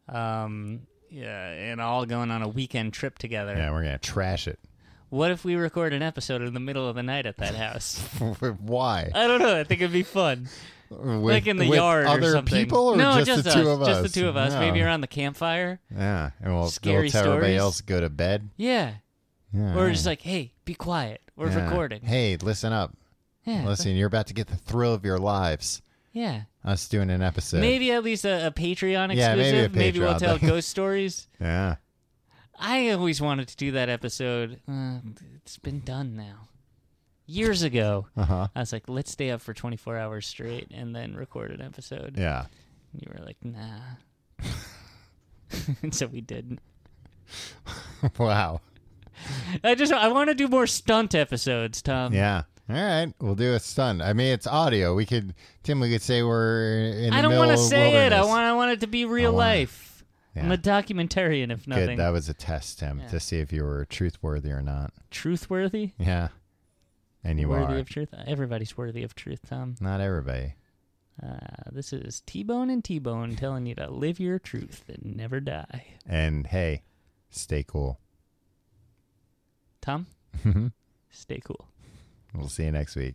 [SPEAKER 2] um, yeah, and all going on a weekend trip together.
[SPEAKER 5] Yeah, we're gonna trash it. (laughs)
[SPEAKER 2] What if we record an episode in the middle of the night at that house? (laughs)
[SPEAKER 5] Why?
[SPEAKER 2] I don't know. I think it'd be fun.
[SPEAKER 5] With,
[SPEAKER 2] like in the
[SPEAKER 5] with
[SPEAKER 2] yard
[SPEAKER 5] other
[SPEAKER 2] or something.
[SPEAKER 5] people, or
[SPEAKER 2] no,
[SPEAKER 5] just, the two
[SPEAKER 2] us,
[SPEAKER 5] of us? Oh.
[SPEAKER 2] Just the two of us.
[SPEAKER 5] No.
[SPEAKER 2] Maybe around the campfire.
[SPEAKER 5] Yeah, and we'll,
[SPEAKER 2] Scary
[SPEAKER 5] we'll tell everybody
[SPEAKER 2] stories.
[SPEAKER 5] else to go to bed.
[SPEAKER 2] Yeah.
[SPEAKER 5] Yeah.
[SPEAKER 2] Or just like, hey, be quiet. We're
[SPEAKER 5] Uh-huh. Yeah.
[SPEAKER 2] recording.
[SPEAKER 5] Hey, listen up.
[SPEAKER 2] yeah.
[SPEAKER 5] Listen, you're about to get the thrill of your lives.
[SPEAKER 2] yeah.
[SPEAKER 5] Us doing an episode.
[SPEAKER 2] Maybe at least a, a Patreon exclusive.
[SPEAKER 5] Yeah, maybe a
[SPEAKER 2] we'll
[SPEAKER 5] Patreon (laughs)
[SPEAKER 2] tell
[SPEAKER 5] thing.
[SPEAKER 2] ghost stories.
[SPEAKER 5] Yeah.
[SPEAKER 2] I always wanted to do that episode. Uh, it's been done now. Years ago,
[SPEAKER 5] Uh huh.
[SPEAKER 2] I was like, let's stay up for 24 hours straight and then record an episode.
[SPEAKER 5] Yeah. (laughs)
[SPEAKER 2] And you were like, nah. (laughs) and so we didn't.
[SPEAKER 5] wow.
[SPEAKER 2] I just I want to do more stunt episodes, Tom.
[SPEAKER 5] Yeah. All right, we'll do a stunt. I mean, it's audio. We could, Tim. We could say we're in. The
[SPEAKER 2] I don't
[SPEAKER 5] want to
[SPEAKER 2] say it. I want I want it to be real
[SPEAKER 5] wanna-
[SPEAKER 2] life. I'm
[SPEAKER 5] Yeah.
[SPEAKER 2] a documentarian, if nothing.
[SPEAKER 5] Good. That was a test, Tim, to see if you were truthworthy or not.
[SPEAKER 2] Truthworthy.
[SPEAKER 5] Yeah. And you
[SPEAKER 2] worthy
[SPEAKER 5] are.
[SPEAKER 2] of truth. Everybody's worthy of truth, Tom.
[SPEAKER 5] Not everybody.
[SPEAKER 2] Uh, this is T Bone and T Bone telling you to live your truth and never die.
[SPEAKER 5] And hey, stay cool.
[SPEAKER 2] Tom, stay cool.
[SPEAKER 5] We'll see you next week.